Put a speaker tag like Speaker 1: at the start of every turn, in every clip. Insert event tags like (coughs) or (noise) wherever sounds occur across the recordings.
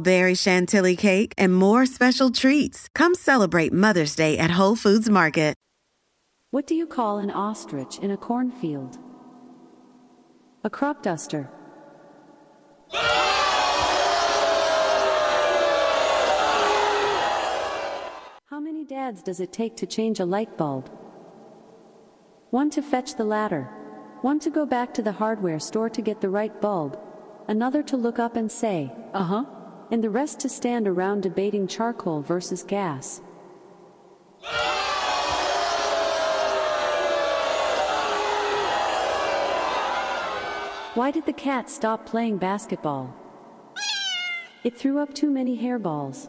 Speaker 1: berry chantilly cake, and more special treats. Come celebrate Mother's Day at Whole Foods Market.
Speaker 2: What do you call an ostrich in a cornfield? A crop duster. How many dads does it take to change a light bulb? One to fetch the ladder. One to go back to the hardware store to get the right bulb. Another to look up and say, uh huh. And the rest to stand around debating charcoal versus gas. Why did the cat stop playing basketball? It threw up too many hairballs.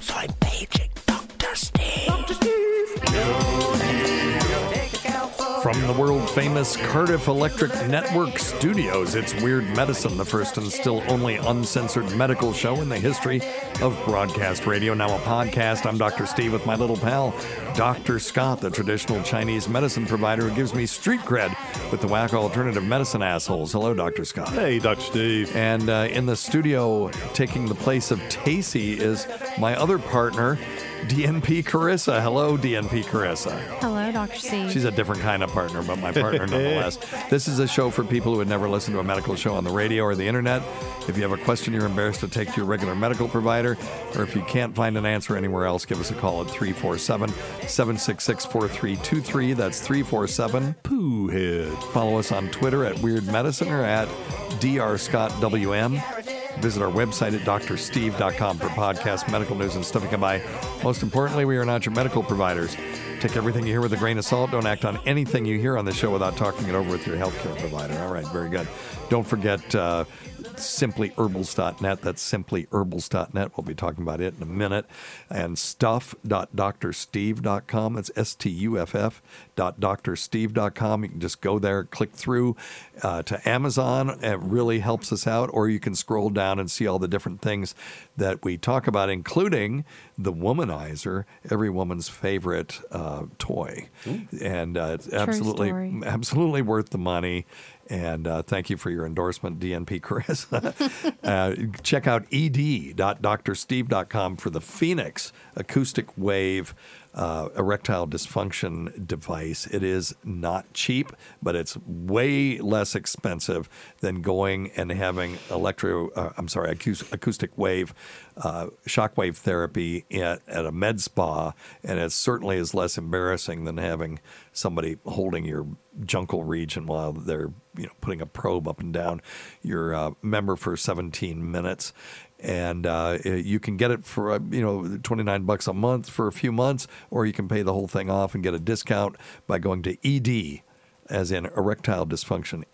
Speaker 3: so I'm paging Dr. Steve.
Speaker 4: From the world famous Cardiff Electric Network Studios, it's Weird Medicine, the first and still only uncensored medical show in the history of broadcast radio. Now a podcast. I'm Dr. Steve with my little pal, Dr. Scott, the traditional Chinese medicine provider who gives me street cred with the whack alternative medicine assholes. Hello, Dr. Scott.
Speaker 5: Hey, Dr. Steve.
Speaker 4: And uh, in the studio, taking the place of Tacey is my other partner, DNP Carissa. Hello, DNP Carissa.
Speaker 6: Hello, Dr. C.
Speaker 4: She's a different kind of partner, but my partner nonetheless. This is a show for people who had never listened to a medical show on the radio or the internet. If you have a question you're embarrassed to take to your regular medical provider, or if you can't find an answer anywhere else, give us a call at 347 766 4323. That's 347-
Speaker 5: Pooh head.
Speaker 4: Follow us on Twitter at Weird Medicine or at drscottwm. Visit our website at drsteve.com for podcasts, medical news, and stuff you can buy. Most importantly, we are not your medical providers. Take everything you hear with a grain of salt. Don't act on anything you hear on the show without talking it over with your healthcare provider. All right, very good. Don't forget uh, simplyherbals.net. That's simplyherbals.net. We'll be talking about it in a minute. And stuff.drsteve.com. That's S T U F F dot drsteve.com. You can just go there, click through uh, to Amazon. It really helps us out. Or you can scroll down and see all the different things that we talk about, including the womanizer, every woman's favorite uh, toy. And uh, it's absolutely,
Speaker 6: story.
Speaker 4: absolutely worth the money. And uh, thank you for your endorsement, DNP Chris. (laughs) uh, check out ed.drsteve.com for the Phoenix acoustic wave uh, erectile dysfunction device. It is not cheap, but it's way less expensive than going and having electro, uh, I'm sorry, acous- acoustic wave, uh, shockwave therapy at, at a med spa. And it certainly is less embarrassing than having somebody holding your junkle region while they're you know putting a probe up and down your uh, member for 17 minutes and uh, you can get it for uh, you know 29 bucks a month for a few months or you can pay the whole thing off and get a discount by going to E ed as in erectile dysfunction,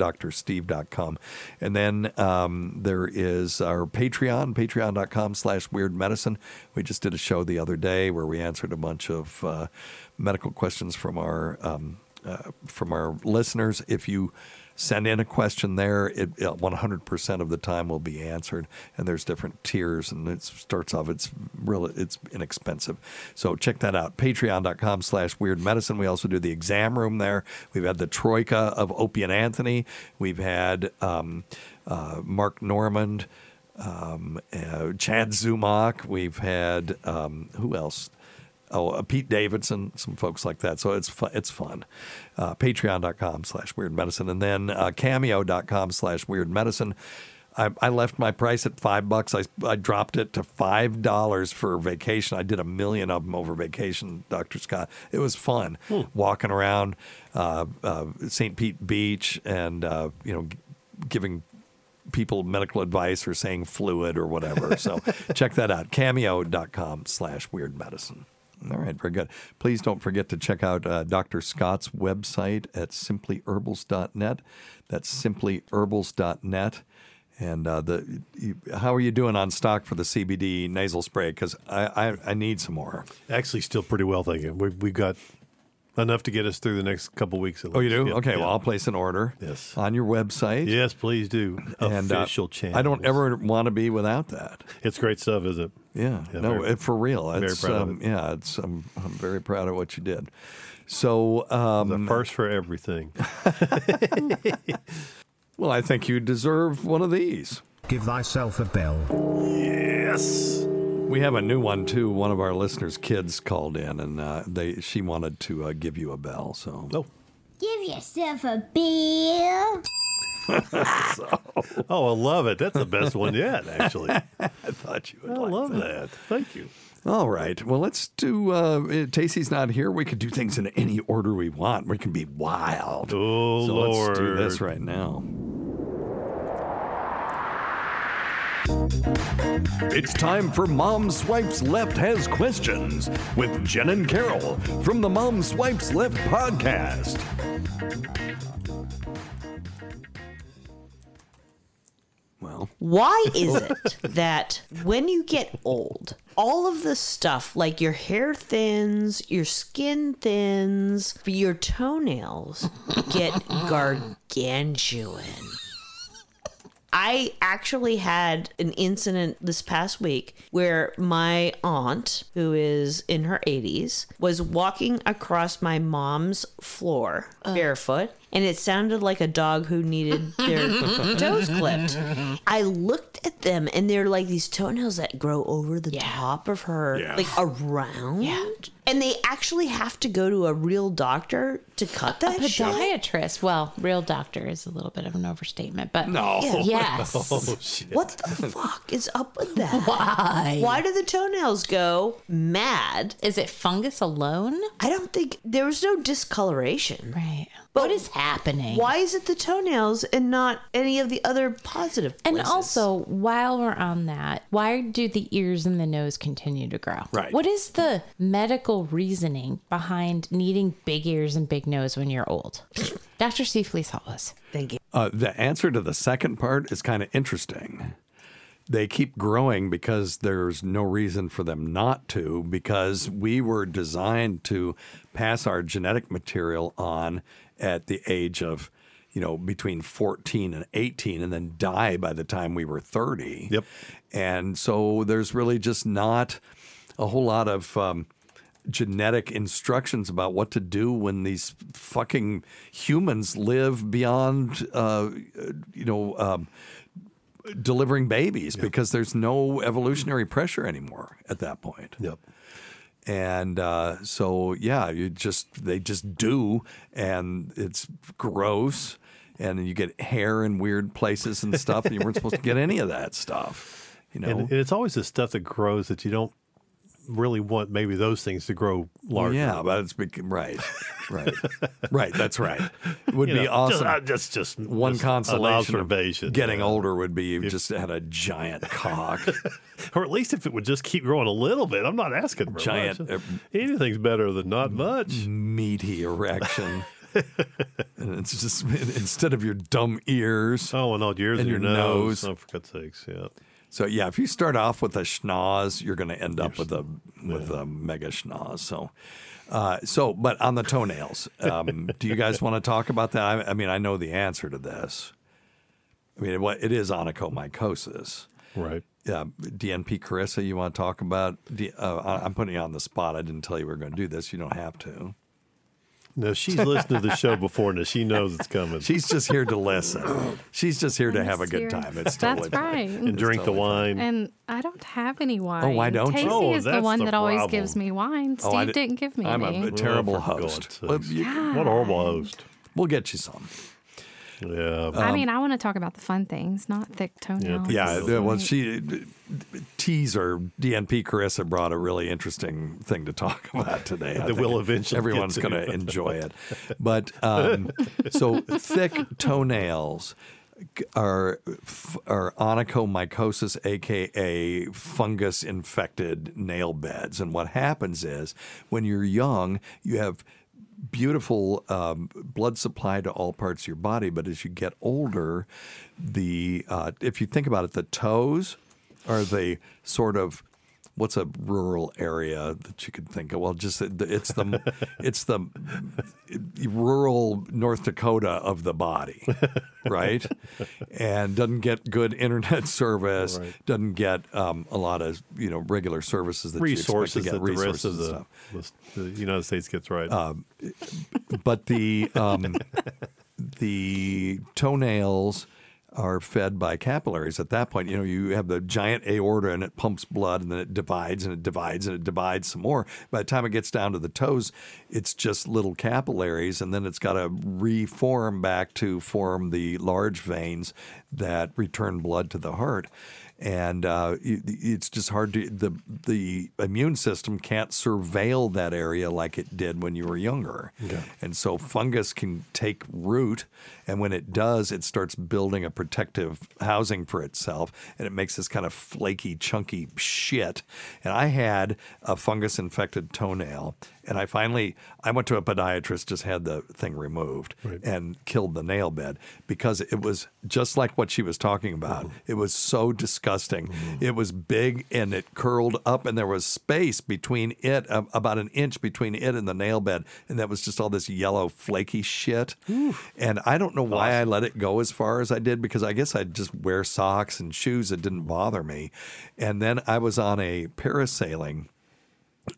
Speaker 4: ed.drsteve.com. And then um, there is our Patreon, patreon.com slash weird medicine. We just did a show the other day where we answered a bunch of uh, medical questions from our um, uh, from our listeners. If you send in a question there, it, it 100% of the time will be answered. And there's different tiers, and it starts off, it's really, it's inexpensive. So check that out, patreon.com slash weird medicine. We also do the exam room there. We've had the troika of Opie and Anthony. We've had um, uh, Mark Normand, um, uh, Chad Zumach. We've had, um, who else? oh, uh, Pete Davidson, some folks like that. So it's fu- it's fun. Uh, Patreon.com slash weird medicine. And then uh, cameo.com slash weird medicine. I, I left my price at five bucks. I, I dropped it to five dollars for vacation. I did a million of them over vacation, Dr. Scott. It was fun walking around uh, uh, St. Pete Beach and, uh, you know, g- giving people medical advice or saying fluid or whatever. So check that out. Cameo.com slash weird medicine. All right, very good. Please don't forget to check out uh, Dr. Scott's website at simplyherbals.net. That's simplyherbals.net. And uh, the you, how are you doing on stock for the CBD nasal spray? Because I, I, I need some more.
Speaker 6: Actually, still pretty well, thank you. We've, we've got enough to get us through the next couple weeks. At
Speaker 4: Oh, you do?
Speaker 6: Yeah,
Speaker 4: okay,
Speaker 6: yeah.
Speaker 4: well, I'll place an order
Speaker 6: Yes.
Speaker 4: on your website.
Speaker 6: Yes, please do.
Speaker 4: And, uh,
Speaker 6: Official channel.
Speaker 4: I don't ever want to be without that.
Speaker 6: It's great stuff, is it?
Speaker 4: Yeah,
Speaker 6: Yeah,
Speaker 4: no,
Speaker 6: very-
Speaker 4: it, for real.
Speaker 6: very
Speaker 4: It's,
Speaker 6: proud of
Speaker 4: um,
Speaker 6: it.
Speaker 4: Yeah, it's, I'm, I'm very proud of what you did. So,
Speaker 6: The
Speaker 4: um,
Speaker 6: first for everything.
Speaker 4: (laughs) well, I think you deserve one of these.
Speaker 7: Give thyself a bell.
Speaker 6: yes.
Speaker 4: We have a new one too. One of our listeners' kids called in, and uh, they she wanted to uh, give you a bell. So
Speaker 6: Oh.
Speaker 8: Give yourself a beer.
Speaker 6: Oh, I love it. That's the best one yet,
Speaker 4: (laughs)
Speaker 6: actually. I
Speaker 4: I thought you would like
Speaker 6: love that. Thank you.
Speaker 4: All right. Well, let's do. Uh, eh, Tacey's not here. We could do things in any order we want. We can be wild.
Speaker 6: Oh,
Speaker 4: so let's do this
Speaker 6: Lord.
Speaker 4: right now. It's time for Mom Swipes Left Has Questions with Jen and Carol from the Mom Swipes Left podcast. Well,
Speaker 9: Why is it that when you get old, all of the stuff like your hair thins, your skin thins, your toenails get gargantuan? I actually had an incident this past week where my aunt, who is in her 80s, was walking across my mom's floor barefoot, and it sounded like a dog who needed their toes clipped. I looked at them, and they're like these toenails that grow over the top of her, like around. And they actually have to go to a real doctor to cut that shit.
Speaker 8: Podiatrist. Well, real doctor is a little bit of an overstatement, but
Speaker 4: (laughs) no.
Speaker 8: (laughs) yes.
Speaker 9: What the fuck is up with that?
Speaker 8: oh, Why?
Speaker 9: Why do the toenails go mad?
Speaker 8: Is it fungus alone?
Speaker 9: I don't think there was no discoloration.
Speaker 8: Right.
Speaker 9: But
Speaker 8: what is happening?
Speaker 9: Why is it the toenails and not any of the other positive
Speaker 8: And
Speaker 9: places?
Speaker 8: also, while we're on that, why do the ears and the nose continue to grow?
Speaker 4: Right.
Speaker 8: What is the medical reasoning behind needing big ears and big nose when
Speaker 9: (laughs)
Speaker 8: you're old? Dr. Steve, please help us.
Speaker 9: thank you.
Speaker 4: Uh, the answer to the second part is kind of interesting. They keep growing because there's no reason for them not to, because we were designed to pass our genetic material on at the age of, you know, between 14 and 18, and then die by the time we were 30.
Speaker 6: Yep.
Speaker 4: And so there's really just not a whole lot of um, genetic instructions about what to do when these fucking humans live beyond, uh, you know, um, delivering babies because there's no evolutionary pressure anymore at that point. Yep. And uh, so, yeah, you just they just do, and it's gross, and you get hair in weird places and stuff, and you weren't supposed to get any of that stuff. You know,
Speaker 6: And, and it's always the stuff that grows that you don't really want maybe those things to grow larger.
Speaker 4: Yeah, but it's bec- right, right, right. That's right. It would
Speaker 6: (laughs) You
Speaker 4: be
Speaker 6: know,
Speaker 4: awesome.
Speaker 6: just- uh, just- just-
Speaker 4: one
Speaker 6: just an
Speaker 4: consolation. of
Speaker 6: observation,
Speaker 4: Getting
Speaker 6: yeah.
Speaker 4: older would be you've just had a giant cock.
Speaker 6: (laughs) or at least if it would just keep growing a little bit. I'm not asking for
Speaker 4: Giant,
Speaker 6: much.
Speaker 4: uh,
Speaker 6: Anything's better than not much.
Speaker 4: Meaty
Speaker 6: (laughs)
Speaker 4: erection. and it's just instead of your dumb ears.
Speaker 6: Oh, and all ears
Speaker 4: and your
Speaker 6: and your nose.
Speaker 4: nose.
Speaker 6: Oh, for God's sakes, yeah.
Speaker 4: So yeah, if you start off with a schnoz, you're going to end up with a with a mega schnoz. So, uh, so but on the toenails,
Speaker 6: (laughs)
Speaker 4: um, do you guys want to talk about that? I, I mean, I know the answer to this. I mean, what it is onychomycosis,
Speaker 6: right?
Speaker 4: Yeah, DNP Carissa, you want to talk about? D, uh, I- I'm putting you on the spot. I didn't tell you we were going to do this. You don't have to.
Speaker 6: No, she's listened to the show before now. She knows it's
Speaker 4: (laughs)
Speaker 6: coming.
Speaker 4: She's just here to listen. She's just here to have a good time.
Speaker 10: (laughs) That's
Speaker 4: It's totally fine.
Speaker 10: right.
Speaker 6: And drink the wine.
Speaker 10: And I don't have any wine.
Speaker 4: why don't you?
Speaker 10: Casey
Speaker 4: Oh,
Speaker 10: is the
Speaker 4: that's
Speaker 10: one
Speaker 4: the
Speaker 10: that always
Speaker 4: problem.
Speaker 10: gives me wine.
Speaker 4: Oh,
Speaker 10: Steve
Speaker 4: I
Speaker 10: didn't give me
Speaker 4: I'm
Speaker 10: any.
Speaker 4: a terrible
Speaker 6: Oh, for
Speaker 4: host.
Speaker 6: God's
Speaker 4: Well,
Speaker 6: sakes.
Speaker 4: you-
Speaker 6: What a horrible host.
Speaker 4: We'll get you some.
Speaker 6: Yeah.
Speaker 10: I mean, I want to talk about the fun things, not thick toenails.
Speaker 4: um, yeah, there was
Speaker 10: Like,
Speaker 4: she teaser DNP Carissa brought a really interesting thing to talk (laughs) about today.
Speaker 6: That we'll eventually get
Speaker 4: everyone's
Speaker 6: to.
Speaker 4: going to enjoy it. But um, so thick toenails are are onychomycosis, aka fungus infected nail beds, and what happens is when you're young, you have beautiful um, blood supply to all parts of your body. But as you get older, the uh, if you think about it, the toes are the sort of what's a rural area that you could think of? Well, just it- it's
Speaker 6: (laughs)
Speaker 4: the it's the rural North Dakota of the body, right? and doesn't get good internet (laughs) service, doesn't get um, a lot of you know regular services that
Speaker 6: resources
Speaker 4: you
Speaker 6: that
Speaker 4: expect to get
Speaker 6: the rest
Speaker 4: resources
Speaker 6: of
Speaker 4: and
Speaker 6: the,
Speaker 4: stuff.
Speaker 6: the United States gets right.
Speaker 4: Um, but the um, the toenails are fed by capillaries. At that point, you know you have the giant aorta and it pumps blood, and then it divides and it divides and it divides some more. By the time it gets down to the toes, it's just little capillaries, and then it's got to reform back to form the large veins that return blood to the heart and uh, it- it's just hard to the the immune system can't surveil that area like it did when you were younger, and so fungus can take root, and when it does, it starts building a protective housing for itself, and it makes this kind of flaky, chunky shit. And I had a fungus infected toenail, and I finally I went to a podiatrist, just had the thing removed, and killed the nail bed because it was just like what she was talking about. It was so disgusting. It was big and it curled up, and there was space between it, a- about an inch between it and the nail bed, and that was just all this yellow flaky shit. And I don't know why I let it go as far as I did because I guess I'd just wear socks and shoes that didn't bother me. And then I was on a parasailing.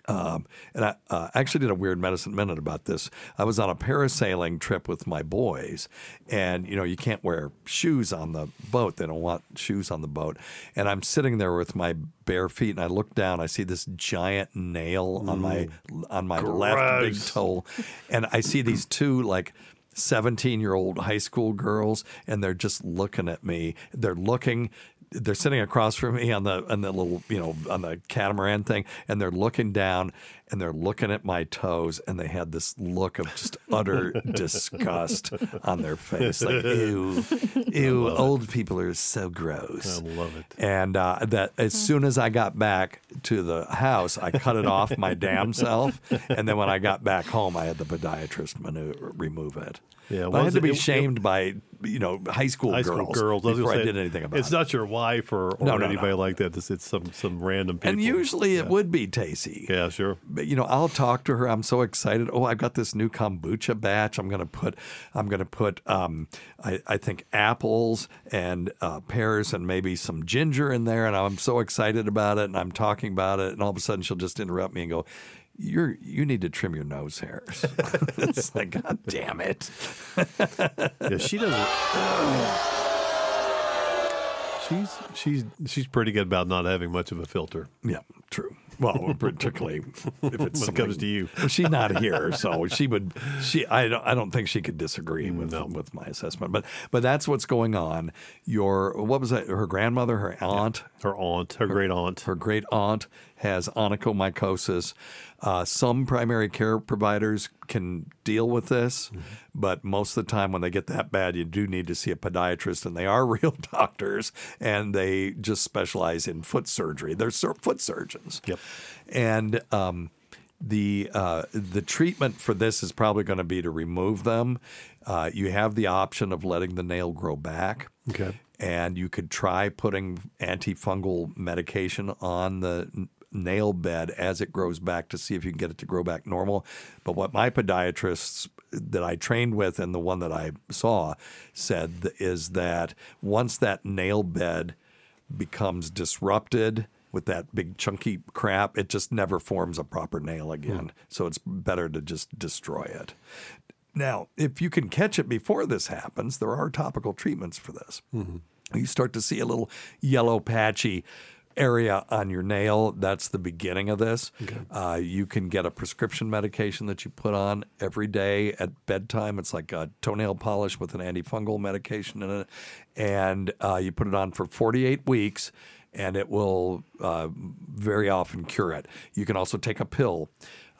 Speaker 4: Um, and I uh, actually did a weird medicine minute about this. I was on a parasailing trip with my boys, and you know you can't wear shoes on the boat. They don't want shoes on the boat. And I'm sitting there with my bare feet, and I look down. I see this giant nail on my on my left big (laughs)
Speaker 6: Gross.
Speaker 4: toe, and I see these two like. 17 year old high school girls and they're just looking at me they're looking they're sitting across from me on the on the little you know on the catamaran thing and they're looking down and they're looking at my toes and they had this look of just
Speaker 6: (laughs)
Speaker 4: utter disgust on their face like ew ew old people are so gross
Speaker 6: I love it.
Speaker 4: and uh, that as soon as I got back to the house,
Speaker 6: (laughs)
Speaker 4: I cut it off my damn self. And then when I got back home, I had the podiatrist manu- remove it.
Speaker 6: Yeah,
Speaker 4: But I had
Speaker 6: was
Speaker 4: to
Speaker 6: it-
Speaker 4: be
Speaker 6: it-
Speaker 4: shamed by you know high school
Speaker 6: High
Speaker 4: girls
Speaker 6: school girls. was gonna
Speaker 4: before I
Speaker 6: say,
Speaker 4: did anything about
Speaker 6: it's
Speaker 4: it.
Speaker 6: not your wife or, or
Speaker 4: No, no,
Speaker 6: anybody like that. It's, it's some some random people.
Speaker 4: And usually it would be Tacy.
Speaker 6: Yeah, sure.
Speaker 4: But you know, I'll talk to her. I'm so excited. Oh, I've got this new kombucha batch. I'm gonna put, I'm gonna put, um, I, I think apples and uh, pears and maybe some ginger in there. And I'm so excited about it. And I'm talking about it. And all of a sudden, she'll just interrupt me and go, you're you need to trim your nose hairs. (laughs) it's like, God damn it. (laughs)
Speaker 6: Yeah, she doesn't. She's she's she's pretty good about not having much of a filter.
Speaker 4: Yeah, true. Well, particularly if
Speaker 6: When it
Speaker 4: it's
Speaker 6: comes
Speaker 4: something-
Speaker 6: to you.
Speaker 4: Well, she's not here, so she would. She, I don't, I don't think she could disagree with with my assessment. But, but that's what's going on. Your what was that? Her grandmother, her aunt,
Speaker 6: her aunt, her, great aunt,
Speaker 4: her great aunt has onychomycosis. Uh, some primary care providers can deal with this,
Speaker 6: Mm-hmm.
Speaker 4: but most of the time when they get that bad, you do need to see a podiatrist, and they are (laughs) real doctors, and they just specialize in foot surgery. They're sur- foot surgeons. Yep. And um, the uh, the treatment for this is probably going to be to remove them. Uh, you have the option of letting the nail grow back.
Speaker 6: Okay.
Speaker 4: And you could try putting antifungal medication on the n- nail bed as it grows back to see if you can get it to grow back normal. But what my podiatrists that I trained with and the one that I saw said th- is that once that nail bed becomes disrupted with that big chunky crap, it just never forms a proper nail again. So it's better to just destroy it. Now, if you can catch it before this happens, there are topical treatments for this. You start to see a little yellow patchy area on your nail. That's the beginning of this. Uh, you can get a prescription medication that you put on every day at bedtime. It's like a toenail polish with an antifungal medication in it. And uh, you put it on for 48 weeks and it will uh, very often cure it. You can also take a pill,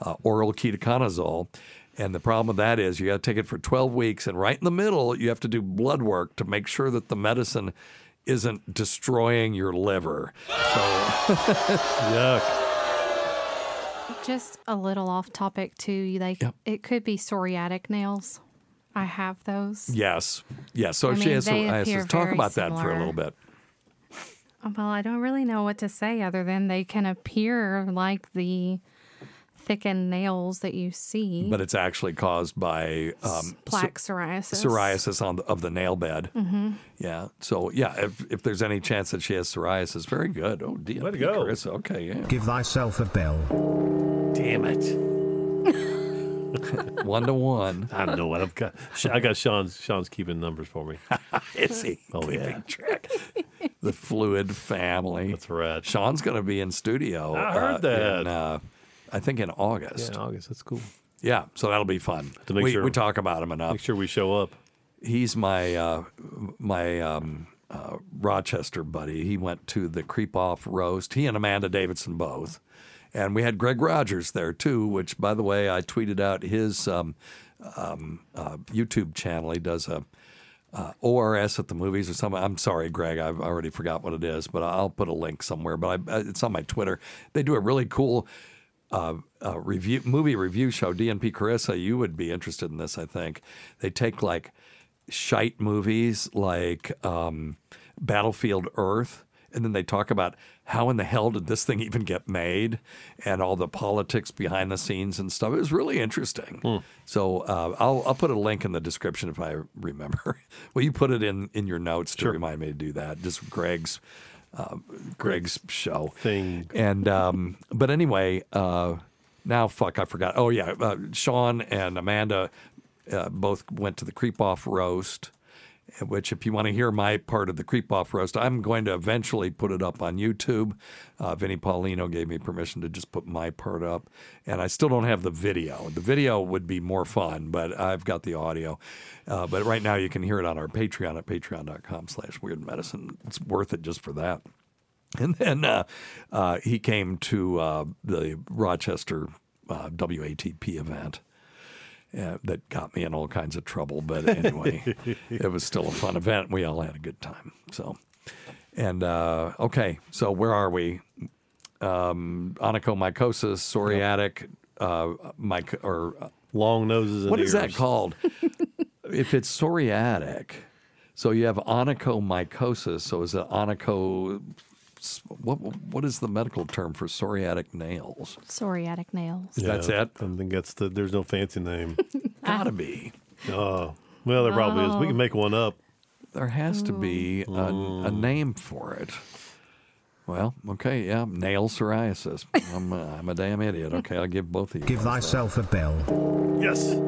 Speaker 4: uh, oral ketoconazole. And the problem with that is you got to take it for 12 weeks. And right in the middle, you have to do blood work to make sure that the medicine isn't destroying your liver. So, (laughs) yuck.
Speaker 10: Just a little off topic too. Like it could be psoriatic nails. I have those.
Speaker 4: Yes. Yes. So
Speaker 10: I
Speaker 4: if she
Speaker 10: mean,
Speaker 4: has
Speaker 10: they appear
Speaker 4: psoriasis, talk
Speaker 10: very
Speaker 4: about that for a little
Speaker 10: similar.
Speaker 4: bit.
Speaker 10: Well, I don't really know what to say other than they can appear like the thickened nails that you see.
Speaker 4: But it's actually caused by um,
Speaker 10: plaque
Speaker 4: psor-
Speaker 10: psoriasis.
Speaker 4: Psoriasis on the, of the nail bed.
Speaker 10: Mhm.
Speaker 4: Yeah. So yeah, if, if there's any chance that she has psoriasis, very good. Oh, dear. Let it go, Chris. Okay. Yeah.
Speaker 7: Give thyself a bell.
Speaker 6: Damn
Speaker 4: (laughs)
Speaker 6: it.
Speaker 4: one to one.
Speaker 6: I don't know what I've got. Sh- I got Sean's. Sean's keeping numbers for me.
Speaker 4: (laughs) Is he?
Speaker 6: Oh yeah.
Speaker 4: Track. the fluid family. That's
Speaker 6: right.
Speaker 4: Sean's going to be in studio.
Speaker 6: I heard that.
Speaker 4: in, uh, I think in August.
Speaker 6: Yeah, August. That's cool.
Speaker 4: Yeah, so that'll be fun.
Speaker 6: to make
Speaker 4: we,
Speaker 6: sure-
Speaker 4: we talk about him enough.
Speaker 6: Make sure we show up.
Speaker 4: He's my uh, my um, uh, Rochester buddy. He went to the Creep Off roast. He and Amanda Davidson both, and we had Greg Rogers there too. Which, by the way, I tweeted out his um, um, uh, YouTube channel. He does a uh, ORS at the movies or something. I'm sorry, Greg, I've already forgot what it is, but I'll put a link somewhere. But I, uh, it's on my Twitter. They do a really cool uh, uh, review movie review show. DNP Carissa, you would be interested in this, I think. They take like shite movies like um, Battlefield Earth. And then they talk about how in the hell did this thing even get made and all the politics behind the scenes and stuff. It was really interesting. So uh, I'll, I'll put a link in the description if I remember. (laughs) Will you put it in, in your notes to remind me to do that? Just Greg's. Uh, Greg's show thing, and um, but anyway, uh, now fuck, I forgot. Oh yeah, uh, Sean and Amanda uh, both went to the creep off roast which if you want to hear my part of the creep off roast, I'm going to eventually put it up on YouTube. Uh, Vinnie Paulino gave me permission to just put my part up, and I still don't have the video. The video would be more fun, but I've got the audio. Uh, but right now, you can hear it on our Patreon at patreon.com/slash Weird Medicine. It's worth it just for that. And then uh, uh, he came to uh, the Rochester uh, WATP event uh, that got me in all kinds of trouble. But anyway, (laughs) it was still a fun event. We all had a good time. So, and uh, okay, so where are we? Um, onychomycosis, psoriatic, uh, myc- or
Speaker 6: long noses.
Speaker 4: What is
Speaker 6: and
Speaker 4: that
Speaker 6: ears. (laughs)
Speaker 4: called? if it's psoriatic, so you have onychomycosis. So is it onycho? What what is the medical term for psoriatic nails?
Speaker 10: Psoriatic nails.
Speaker 4: That's it.
Speaker 6: I think that's the. There's no fancy name.
Speaker 10: Ah.
Speaker 4: Gotta be.
Speaker 6: Oh, well, there probably
Speaker 4: Oh.
Speaker 6: is. We can make one up. Mm.
Speaker 4: There has to be a, a name for it. Well, okay, yeah, nail psoriasis. I'm, uh, I'm a damn idiot. Okay, I'll give both of you.
Speaker 7: Give thyself a bell.
Speaker 6: Yes.
Speaker 4: All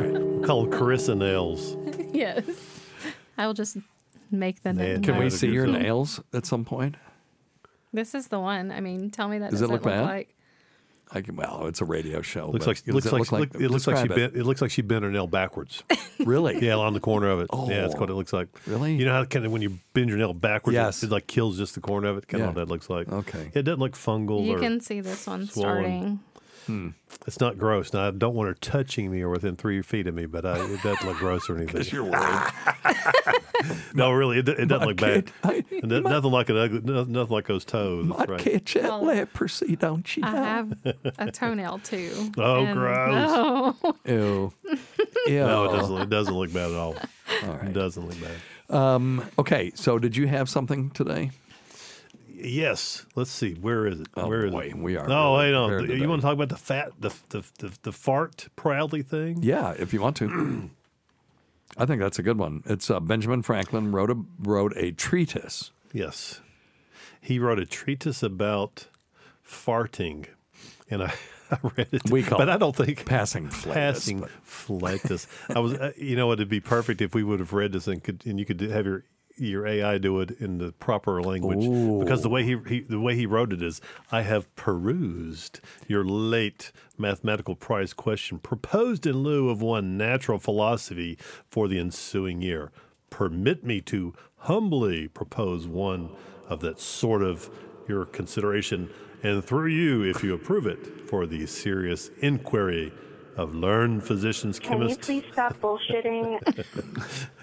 Speaker 4: right.
Speaker 6: Called Carissa Nails.
Speaker 10: (laughs) yes. I will just make the name.
Speaker 4: Can we see your nails at some point?
Speaker 10: This is the one. I mean, tell me that
Speaker 4: Does it
Speaker 10: doesn't
Speaker 4: look
Speaker 10: look,
Speaker 4: bad?
Speaker 10: like.
Speaker 4: I can, well, it's a radio show.
Speaker 6: Looks
Speaker 4: but
Speaker 6: like, it
Speaker 4: does
Speaker 6: looks like,
Speaker 4: look
Speaker 6: look- it looks like she
Speaker 4: describe it.
Speaker 6: bent. It looks like she bent her nail backwards.
Speaker 4: (laughs) Really? Oh.
Speaker 6: Yeah, on the corner of it. yeah, that's what it looks like. Really? You know how kind of when you bend your nail backwards, it-
Speaker 4: Yes.
Speaker 6: it, like kills just the corner of it. Kind
Speaker 4: Yeah.
Speaker 6: of what that looks like.
Speaker 4: Okay.
Speaker 6: It doesn't look fungal.
Speaker 10: You
Speaker 6: or,
Speaker 10: can see this one
Speaker 6: swollen.
Speaker 10: starting.
Speaker 4: Hmm.
Speaker 6: It's not gross. Now I don't want her touching me or within three feet of me, but I, it doesn't look gross or anything.
Speaker 4: you're worried.
Speaker 6: (laughs) no, really, it, do- it doesn't look bad. And no- nothing like an ugly, no- nothing like those toes. that's right.
Speaker 10: Well,
Speaker 4: leprosy, don't you
Speaker 10: I have a toenail
Speaker 4: (laughs)
Speaker 10: too.
Speaker 6: Oh,
Speaker 10: and-
Speaker 6: gross.
Speaker 10: No. (laughs)
Speaker 4: Ew. Ew.
Speaker 6: No, it doesn't. It doesn't look bad at all. It doesn't look bad.
Speaker 4: Um, okay, so did you have something today?
Speaker 6: Yes. Let's see. Where is it?
Speaker 4: Oh,
Speaker 6: Where is
Speaker 4: boy,
Speaker 6: it?
Speaker 4: we are
Speaker 6: No,
Speaker 4: really
Speaker 6: wait on.
Speaker 4: prepared
Speaker 6: You
Speaker 4: today.
Speaker 6: want to talk about the fat, the the the, the fart proudly thing?
Speaker 4: Yeah, if you want
Speaker 6: (clears throat)
Speaker 4: to. I think that's a good one. It's uh, Benjamin Franklin wrote a wrote a treatise.
Speaker 6: Yes. He wrote a treatise about farting, and I, (laughs) I read it.
Speaker 4: We call
Speaker 6: but
Speaker 4: it
Speaker 6: I don't think
Speaker 4: passing flatus,
Speaker 6: passing flatus. I was, uh, you know, it'd be perfect if we would have read this and could and you could have your your AI do it in the proper language because the way he, he the way he wrote it is I have perused your late mathematical prize question proposed in lieu of one natural philosophy for the ensuing year permit me to humbly propose one of that sort of your consideration, and through you, if you approve it, for the serious inquiry of learned physicians,
Speaker 11: Can you
Speaker 6: chemists.
Speaker 11: please stop bullshitting?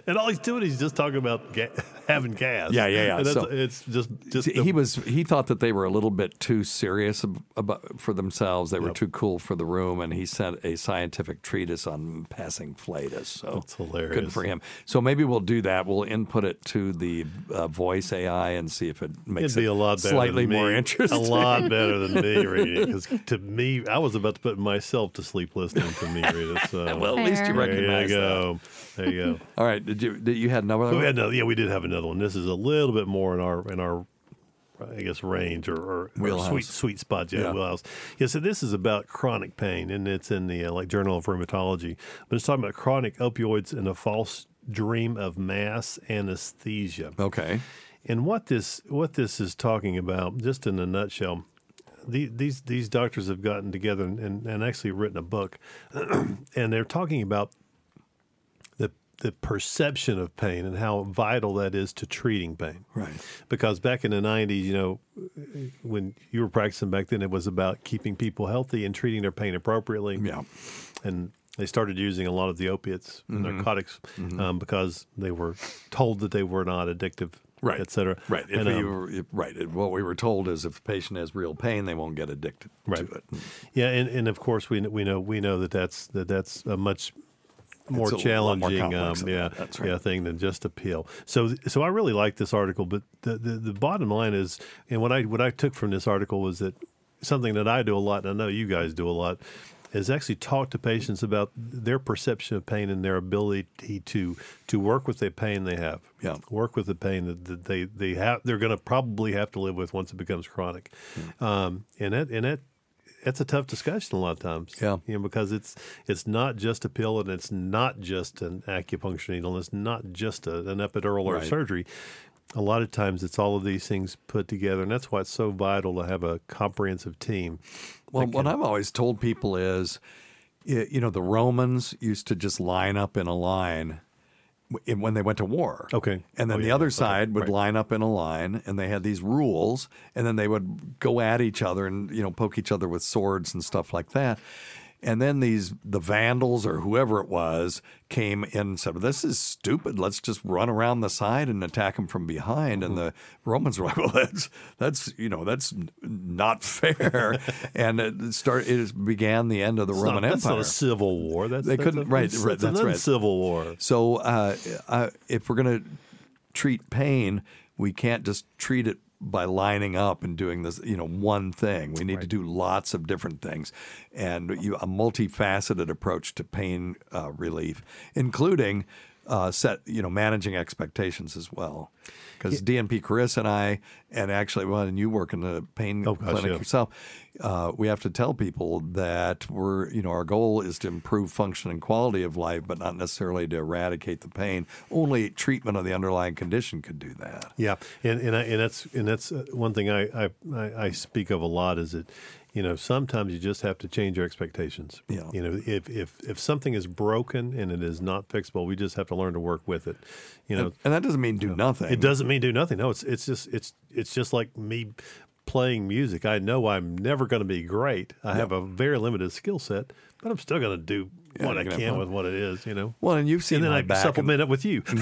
Speaker 6: And all he's doing is just talking about ga- (laughs) having gas.
Speaker 4: Yeah, yeah, yeah.
Speaker 6: And that's-
Speaker 4: So-
Speaker 6: it's just, just
Speaker 4: he was he thought that they were a little bit too serious ab- about, for themselves. They were too cool for the room, and he sent a scientific treatise on passing flatus. So
Speaker 6: That's hilarious.
Speaker 4: Good for him. So maybe we'll do that. We'll input it to the uh, voice AI and see if it makes
Speaker 6: It'd be
Speaker 4: it
Speaker 6: a lot better
Speaker 4: slightly
Speaker 6: than me,
Speaker 4: more interesting.
Speaker 6: A lot better
Speaker 4: (laughs)
Speaker 6: than me reading it because to me, I was about to put myself to sleep listening to me read it.
Speaker 4: (laughs)
Speaker 6: So
Speaker 4: Well, at least you Fair. recognize
Speaker 6: There you go. There you go.
Speaker 4: (laughs) All right. Did you did you had another
Speaker 6: We
Speaker 4: one?
Speaker 6: had another, yeah, we did have another one. This is a little bit more in our in our I guess range or, or, or
Speaker 4: Wheelhouse.
Speaker 6: sweet sweet spot. Yeah,
Speaker 4: Yeah.
Speaker 6: wheelhouse. Yeah, so this is about chronic pain, and it's in the uh, like Journal of Rheumatology, but it's talking about chronic opioids and a false dream of mass anesthesia.
Speaker 4: Okay.
Speaker 6: And what this what this is talking about, just in a nutshell, the, these these doctors have gotten together and, and, and actually written a book, (clears throat) and they're talking about the the perception of pain and how vital that is to treating pain.
Speaker 4: Right.
Speaker 6: Because back in the '90s, you know, when you were practicing back then, it was about keeping people healthy and treating their pain appropriately.
Speaker 4: Yeah.
Speaker 6: And they started using a lot of the opiates, and
Speaker 4: Mhm.
Speaker 6: narcotics, um, because they were told that they were not addictive,
Speaker 4: Right.
Speaker 6: et cetera.
Speaker 4: Right. If
Speaker 6: And,
Speaker 4: we
Speaker 6: um,
Speaker 4: were- if- right. If What we were told is if a patient has real pain, they won't get addicted
Speaker 6: Right.
Speaker 4: to it.
Speaker 6: Yeah, and, and of course we kn- we know we know that that's that that's a much more
Speaker 4: It's a lot more
Speaker 6: challenging
Speaker 4: complex
Speaker 6: um,
Speaker 4: than
Speaker 6: yeah
Speaker 4: that. That's right.
Speaker 6: yeah thing than just a pill. So so I really like this article, but the, the the bottom line is, and what I what I took from this article was that something that I do a lot, and I know you guys do a lot, is actually talk to patients about their perception of pain and their ability to to work with the pain they have. Yeah, work with the pain that, that they they have. They're going to probably have to live with once it becomes chronic,
Speaker 4: Hmm.
Speaker 6: um, and that and that that's a tough discussion a lot of times. Yeah, you know, because it's it's not just a pill and it's not just an acupuncture needle and it's not just a, an epidural or a
Speaker 4: Right.
Speaker 6: surgery. A lot of times, it's all of these things put together, and that's why it's so vital to have a comprehensive team.
Speaker 4: Well, what I've always told people is, y- you know, the Romans used to just line up in a line w- in- when they went to war.
Speaker 6: Okay.
Speaker 4: And then
Speaker 6: Oh,
Speaker 4: the
Speaker 6: yeah,
Speaker 4: other
Speaker 6: yeah.
Speaker 4: side would
Speaker 6: right.
Speaker 4: line up in a line and they had these rules and then they would go at each other and, you know, poke each other with swords and stuff like that. And then these the Vandals or whoever it was came in and said, "This is stupid. Let's just run around the side and attack them from behind." And
Speaker 6: Mm-hmm.
Speaker 4: the Romans were like, (laughs) "Well, that's that's you know that's n- not (laughs) fair." and it start it began the end of the
Speaker 6: It's
Speaker 4: Roman
Speaker 6: not, That's
Speaker 4: Empire.
Speaker 6: not a civil war. That's
Speaker 4: they
Speaker 6: that's
Speaker 4: couldn't
Speaker 6: a,
Speaker 4: right.
Speaker 6: That's,
Speaker 4: right, that's
Speaker 6: an
Speaker 4: right.
Speaker 6: uncivil war.
Speaker 4: So uh, uh, if we're going to treat pain, we can't just treat it by lining up and doing this, you know, one thing. We need to do lots of different things, and you, a multifaceted approach to pain uh, relief, including uh, set, you know, managing expectations as well. Because DNP Chris and I, and actually, well, and you work in the pain
Speaker 6: Oh, gosh,
Speaker 4: clinic
Speaker 6: yeah.
Speaker 4: yourself, uh, we have to tell people that we're, you know, our goal is to improve function and quality of life, but not necessarily to eradicate the pain. Only treatment of the underlying condition could do that.
Speaker 6: Yeah, and and, I, and that's and that's uh, one thing I, I- I I speak of a lot is that you know sometimes you just have to change your expectations. Yeah. You know if if if something is broken and it is not fixable, we just have to learn to work with it. You know,
Speaker 4: and, and that doesn't mean do nothing.
Speaker 6: it doesn't mean do nothing. No, it's it's just it's it's just like me playing music. I know I'm never going to be great. I have a very limited skill set, but I'm still going to do
Speaker 4: Yeah,
Speaker 6: what
Speaker 4: you're
Speaker 6: I
Speaker 4: gonna have
Speaker 6: can
Speaker 4: fun.
Speaker 6: with what it is. You know.
Speaker 4: Well, and you've seen
Speaker 6: and then
Speaker 4: my
Speaker 6: I
Speaker 4: back
Speaker 6: supplement it with you.
Speaker 4: (laughs)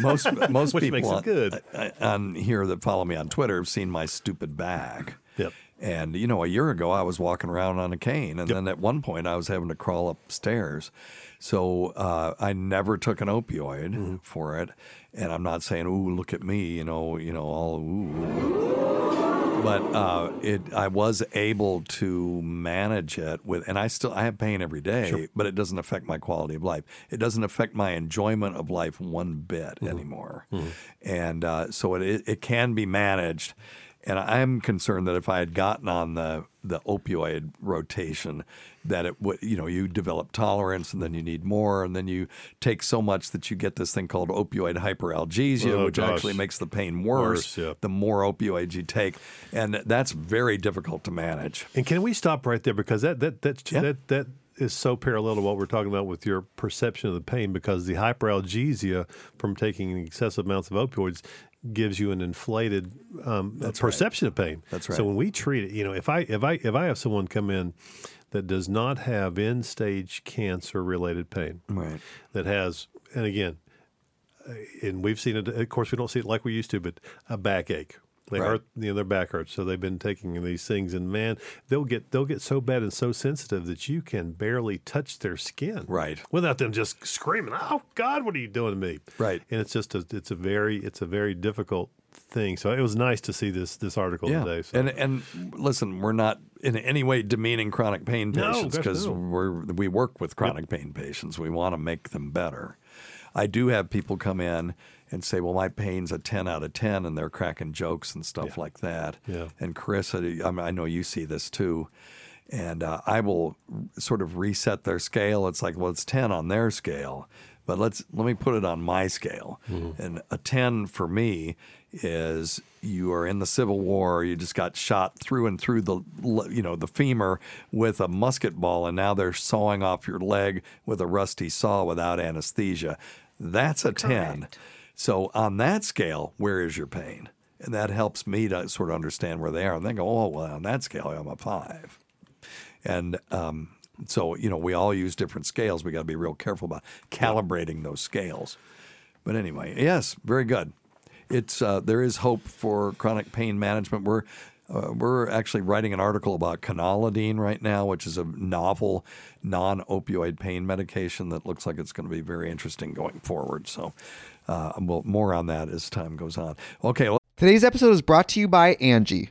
Speaker 4: most most
Speaker 6: (laughs) Which
Speaker 4: people
Speaker 6: makes it
Speaker 4: on,
Speaker 6: good.
Speaker 4: I- I- on here that follow me on Twitter have seen my stupid back.
Speaker 6: Yep.
Speaker 4: And you know, a year ago I was walking around on a cane, and then at one point I was having to crawl upstairs. So uh, I never took an opioid
Speaker 6: Mm-hmm.
Speaker 4: for it, and I'm not saying, "Ooh, look at me," you know, you know, all ooh. But uh, it, I was able to manage it with, and I still I have pain every day,
Speaker 6: Sure.
Speaker 4: but it doesn't affect my quality of life. It doesn't affect my enjoyment of life one bit
Speaker 6: Mm-hmm.
Speaker 4: anymore. And uh, so it, it can be managed. And I'm concerned that if I had gotten on the, the opioid rotation, that it would, you know, you develop tolerance and then you need more. And then you take so much that you get this thing called opioid hyperalgesia,
Speaker 6: Oh,
Speaker 4: which
Speaker 6: gosh.
Speaker 4: actually makes the pain worse,
Speaker 6: Worse, yeah.
Speaker 4: the more opioids you take. And that's very difficult to manage.
Speaker 6: And can we stop right there because that that that that that is so parallel to what we're talking about with your perception of the pain because the hyperalgesia from taking excessive amounts of opioids gives you an inflated um, perception of pain.
Speaker 4: That's
Speaker 6: So
Speaker 4: right.
Speaker 6: when we treat it, you know, if I if I if I have someone come in that does not have end stage cancer related pain,
Speaker 4: right,
Speaker 6: that has, and again, and we've seen it. Of course, we don't see it like we used to, but a backache. They
Speaker 4: Right.
Speaker 6: hurt, you know, their back hurts. So they've been taking these things, and man, they'll get they'll get so bad and so sensitive that you can barely touch their skin,
Speaker 4: right,
Speaker 6: without them just screaming, "Oh God, what are you doing to me?"
Speaker 4: Right.
Speaker 6: And it's just a it's a very it's a very difficult thing. So it was nice to see this this article today. So.
Speaker 4: And and listen, we're not in any way demeaning chronic pain
Speaker 6: No,
Speaker 4: patients
Speaker 6: gosh,
Speaker 4: because
Speaker 6: no.
Speaker 4: we're we work with chronic pain patients. We want to make them better. I do have people come in and say, "Well, my pain's a ten out of ten," and they're cracking jokes and stuff like that.
Speaker 6: Yeah.
Speaker 4: And Chris, I, I mean, I know you see this too. And uh, I will sort of reset their scale. It's like, well, it's ten on their scale, but let's let me put it on my scale.
Speaker 6: Mm-hmm.
Speaker 4: And a ten for me is you are in the Civil War. You just got shot through and through the le- you know the femur with a musket ball, and now they're sawing off your leg with a rusty saw without anesthesia. That's a ten. So on that scale, where is your pain? And that helps me to sort of understand where they are. And they go, oh, well, on that scale, I'm a five. And um, so, you know, we all use different scales. We got to be real careful about calibrating those scales. But anyway, yes, very good. It's uh, there is hope for chronic pain management. We're uh, we're actually writing an article about canalidine right now, which is a novel non-opioid pain medication that looks like it's going to be very interesting going forward. So, uh, well, more on that as time goes on. Okay, well,
Speaker 12: Today's episode is brought to you by Angie.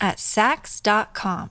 Speaker 13: at Sax.com.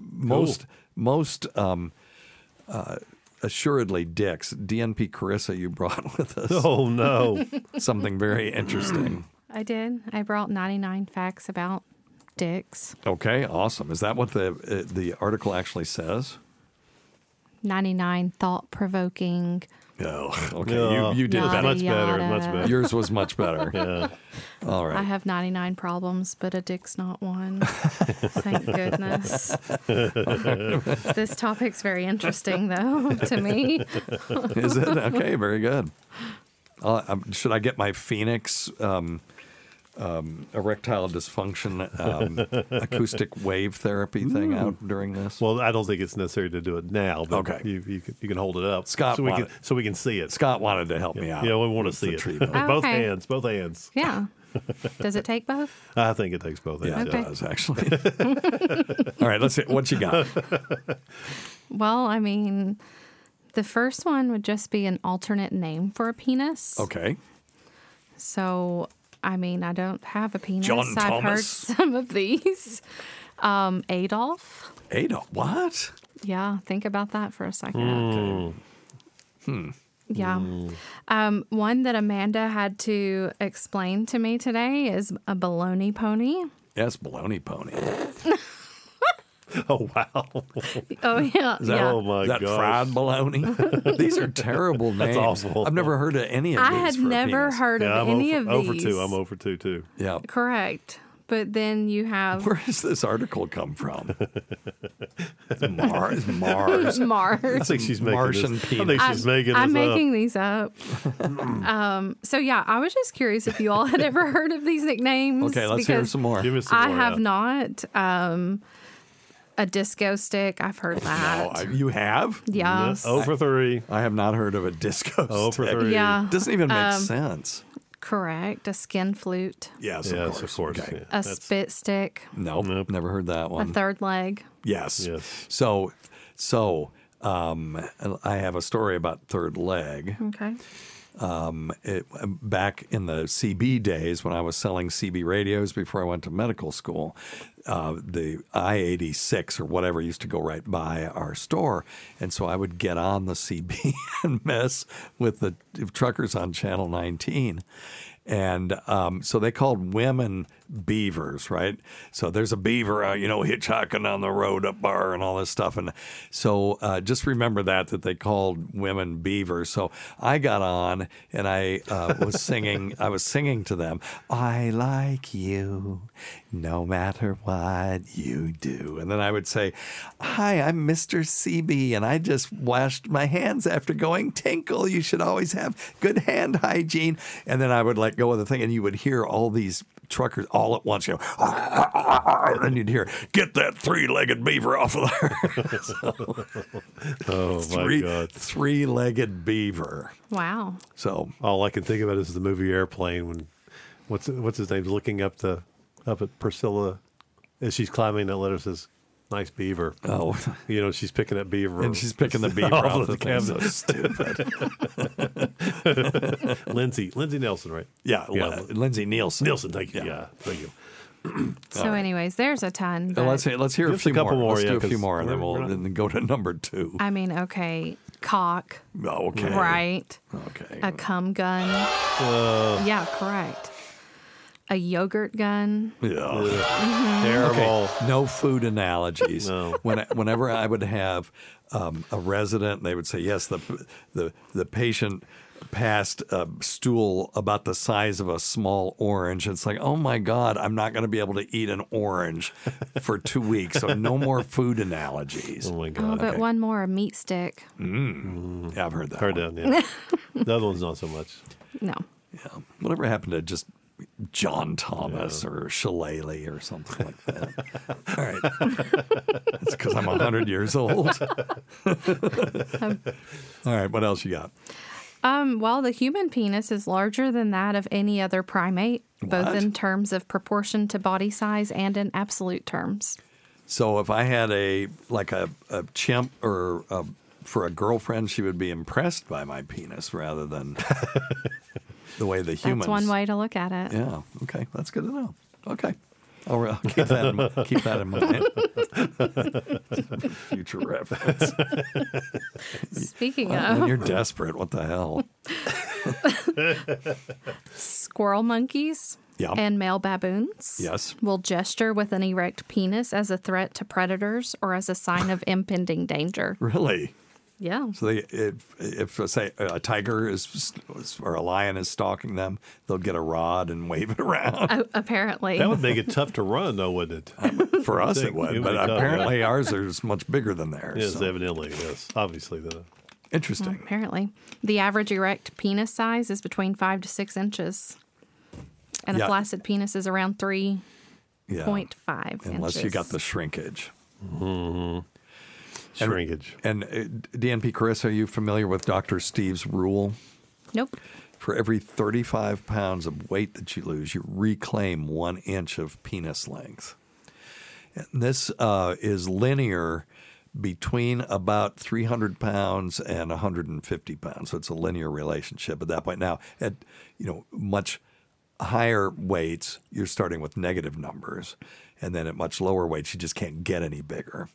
Speaker 4: Most most um, uh, assuredly dicks. DNP Carissa, you brought (laughs) with us.
Speaker 6: Oh, no.
Speaker 4: (laughs) something very interesting.
Speaker 10: I did. I brought 99 facts about dicks.
Speaker 4: Okay, awesome. Is that what the uh, the article actually says?
Speaker 10: 99 thought provoking.
Speaker 4: No. Okay,
Speaker 6: No.
Speaker 4: you, you did
Speaker 10: Yada,
Speaker 4: that.
Speaker 10: Much better, yada. much better.
Speaker 4: Yours was much
Speaker 6: (laughs)
Speaker 4: better. (laughs) yeah. All right.
Speaker 10: I have 99 problems, but a dick's not
Speaker 4: (laughs)
Speaker 10: one. Thank goodness. this topic's very interesting,
Speaker 6: (laughs)
Speaker 10: though, (laughs) to me.
Speaker 4: (laughs) Is it okay? Very good. Uh, um, should I get my Phoenix um, um, erectile dysfunction
Speaker 6: (laughs)
Speaker 4: um, acoustic wave therapy thing out during this?
Speaker 6: Hmm. Well, I don't think it's necessary to do it now. But
Speaker 4: Okay.
Speaker 6: you, you, can, you can hold it up,
Speaker 4: Scott
Speaker 6: so we can
Speaker 4: wanted-
Speaker 6: so we can see it.
Speaker 4: Scott wanted to help me out.
Speaker 6: Yeah, we want to
Speaker 4: with
Speaker 6: see
Speaker 4: the
Speaker 6: it.
Speaker 4: treatment.
Speaker 6: With (laughs) Both
Speaker 10: Okay.
Speaker 6: hands, both hands.
Speaker 10: Yeah. (laughs) Does it take both?
Speaker 6: I think it takes both
Speaker 4: Yeah,
Speaker 6: hands.
Speaker 10: Okay.
Speaker 4: it does actually. (laughs) All right, let's see what you
Speaker 6: (laughs)
Speaker 4: got.
Speaker 10: Well, I mean, the first one would just be an alternate name for a penis.
Speaker 4: Okay.
Speaker 10: So, I mean, I don't have a penis.
Speaker 4: John
Speaker 10: I've heard
Speaker 4: Thomas.
Speaker 10: some of these. Um, Adolf.
Speaker 4: Adolf, what?
Speaker 10: Yeah, think about that for a second.
Speaker 4: Okay. Hmm.
Speaker 10: Yeah.
Speaker 4: Mm.
Speaker 10: Um, one that Amanda had to explain to me today is a baloney pony.
Speaker 4: Yes, baloney pony.
Speaker 6: (laughs) oh wow!
Speaker 10: Oh, yeah.
Speaker 4: Is that,
Speaker 10: yeah.
Speaker 6: Oh, my
Speaker 4: is that
Speaker 6: gosh.
Speaker 4: fried
Speaker 6: (laughs)
Speaker 4: baloney? these are terrible names.
Speaker 6: That's awful.
Speaker 4: I've never heard of any of
Speaker 10: I
Speaker 4: these.
Speaker 10: had
Speaker 4: for a
Speaker 10: never
Speaker 4: penis.
Speaker 10: heard of
Speaker 6: Yeah, I'm
Speaker 10: any
Speaker 6: over,
Speaker 10: of these.
Speaker 6: over two. I'm over two too.
Speaker 4: Yeah.
Speaker 10: Correct. But then you have
Speaker 4: Where does this article come
Speaker 6: (laughs)
Speaker 4: from? Mars.
Speaker 10: (laughs)
Speaker 4: Mars.
Speaker 10: Mars.
Speaker 6: I think she's making
Speaker 4: Martian
Speaker 6: this. I (laughs)
Speaker 4: penis.
Speaker 6: think she's
Speaker 10: I'm,
Speaker 6: making
Speaker 10: I'm
Speaker 6: this
Speaker 10: making these up.
Speaker 4: (laughs)
Speaker 10: um, so yeah, I was just curious if you all had ever heard of these nicknames.
Speaker 4: Okay, let's hear
Speaker 10: because
Speaker 4: some more. Give us some
Speaker 10: I
Speaker 4: more,
Speaker 10: have
Speaker 4: yeah.
Speaker 10: not. Um, a disco stick. I've heard that.
Speaker 4: Oh, I- you have?
Speaker 10: Yes. No, over
Speaker 6: three.
Speaker 4: I have not heard of a disco. Oh, for
Speaker 10: three. Yeah,
Speaker 4: Doesn't even make
Speaker 10: um,
Speaker 4: sense.
Speaker 10: Correct. A skin flute.
Speaker 4: Yes, of course. Okay.
Speaker 10: A spit stick.
Speaker 4: Nope, never heard that one.
Speaker 10: A third leg.
Speaker 4: Yes. So, so um, I have a story about third leg.
Speaker 10: Okay.
Speaker 4: Um, it, back in the CB days when I was selling CB radios before I went to medical school, uh, the I 86 or whatever used to go right by our store. And so I would get on the CB (laughs) and mess with the truckers on Channel 19. And um, so they called women beavers, right? So there's a beaver, uh, you know, hitchhiking on the road up bar and all this stuff. And so uh, just remember that, that they called women beavers. So I got on and I uh, was singing, I was singing to them, I like you no matter what you do. And then I would say, Hi, I'm Mr. CB, and I just washed my hands after going tinkle. You should always have good hand hygiene. And then I would let go of the thing, and you would hear all these truckers all at once, you know, (laughs) and then you'd hear, Get that (laughs) three legged beaver off of there. (laughs)
Speaker 6: (laughs) Oh my God.
Speaker 4: Three legged beaver.
Speaker 10: Wow.
Speaker 4: So
Speaker 6: all I can think about is the movie Airplane when what's what's his name's looking up the up at Priscilla as she's climbing that ladder, says, "Nice beaver."
Speaker 4: Oh,
Speaker 6: you know she's picking that beaver,
Speaker 4: And she's picking the beaver
Speaker 6: off
Speaker 4: off
Speaker 6: of the
Speaker 4: the thing.
Speaker 6: cabinet.
Speaker 4: stupid.
Speaker 6: (laughs) Lindsay, Lindsay Nelson, right?
Speaker 4: Yeah, Lin- Lindsay Nielsen.
Speaker 6: Nielsen, thank you. Yeah, thank you.
Speaker 10: So, anyways, there's a ton.
Speaker 4: Uh,
Speaker 10: but-
Speaker 4: let's hear, let's hear a
Speaker 6: Give us a
Speaker 4: few
Speaker 6: couple
Speaker 4: more.
Speaker 6: more,
Speaker 4: Let's
Speaker 6: yeah,
Speaker 4: do a few
Speaker 6: 'cause
Speaker 4: more, and then
Speaker 6: we're-
Speaker 4: we'll
Speaker 6: we're
Speaker 4: then go to number two.
Speaker 10: I mean, okay, cock.
Speaker 4: Oh, okay.
Speaker 10: Right.
Speaker 4: Okay. Oh.
Speaker 10: A cum gun.
Speaker 6: Uh,
Speaker 10: yeah, correct. A yogurt gun.
Speaker 4: Yeah.
Speaker 10: Mhm.
Speaker 4: Terrible. No food analogies. no. When I- whenever I would have um, a resident, they would say, "Yes, the the the patient." Passed a stool about the size of a small orange. It's like, oh my God, I'm not going to be able to eat an orange for two weeks. So, no more food analogies. Oh
Speaker 6: my
Speaker 10: Oh, but one more, a meat stick.
Speaker 4: Mm. Yeah, I've heard that.
Speaker 6: Heard that. Yeah. the other one's not so much.
Speaker 10: (laughs) No.
Speaker 4: Whatever happened to just John Thomas or Shillelagh or something like that? All right. That's because I'm 100 years old. (laughs) All right. What else you got?
Speaker 10: Um, well, the human penis is larger than that of any other primate, both
Speaker 4: What?
Speaker 10: in terms of proportion to body size and in absolute terms.
Speaker 4: So if I had a like a, a chimp or a, for a girlfriend, she would be impressed by my penis rather than the way the humans.
Speaker 10: That's one way to look at it.
Speaker 4: Yeah. Okay. That's good to know. Okay. I'll, re- I'll keep that in, mi- keep that in
Speaker 14: (laughs)
Speaker 4: mind. Future reference.
Speaker 10: Speaking
Speaker 4: Well,
Speaker 10: of
Speaker 4: when you're desperate, what the hell? (laughs)
Speaker 10: squirrel monkeys
Speaker 4: Yeah.
Speaker 10: and male baboons
Speaker 4: Yes.
Speaker 10: will gesture with an erect penis as a threat to predators or as a sign of impending danger.
Speaker 4: Really?
Speaker 10: Yeah.
Speaker 4: So they, if, if uh, say a tiger is or a lion is stalking them, they'll get a rod and wave it (laughs) around.
Speaker 10: A- Oh, apparently.
Speaker 6: That would make it tough to run, though, wouldn't it?
Speaker 4: (laughs) For us, it would, but apparently
Speaker 6: yeah.
Speaker 4: ours is much bigger than theirs.
Speaker 6: Yes,
Speaker 4: so.
Speaker 6: evidently, yes. Obviously, the
Speaker 4: Interesting.
Speaker 10: Apparently. The average erect penis size is between five to six inches. And
Speaker 4: Yeah.
Speaker 10: a flaccid penis is around three
Speaker 4: Yeah.
Speaker 10: point five
Speaker 4: Unless
Speaker 10: inches.
Speaker 4: you got the shrinkage.
Speaker 6: Shrinkage.
Speaker 4: And, and uh, DNP Carissa, are you familiar with Dr. Steve's rule?
Speaker 10: Nope.
Speaker 4: For every 35 pounds of weight that you lose, you reclaim one inch of penis length. And this uh, is linear between about 300 pounds and 150 pounds. So it's a linear relationship at that point. Now, at you know much higher weights, you're starting with negative numbers, and then at much lower weights, you just can't get any bigger.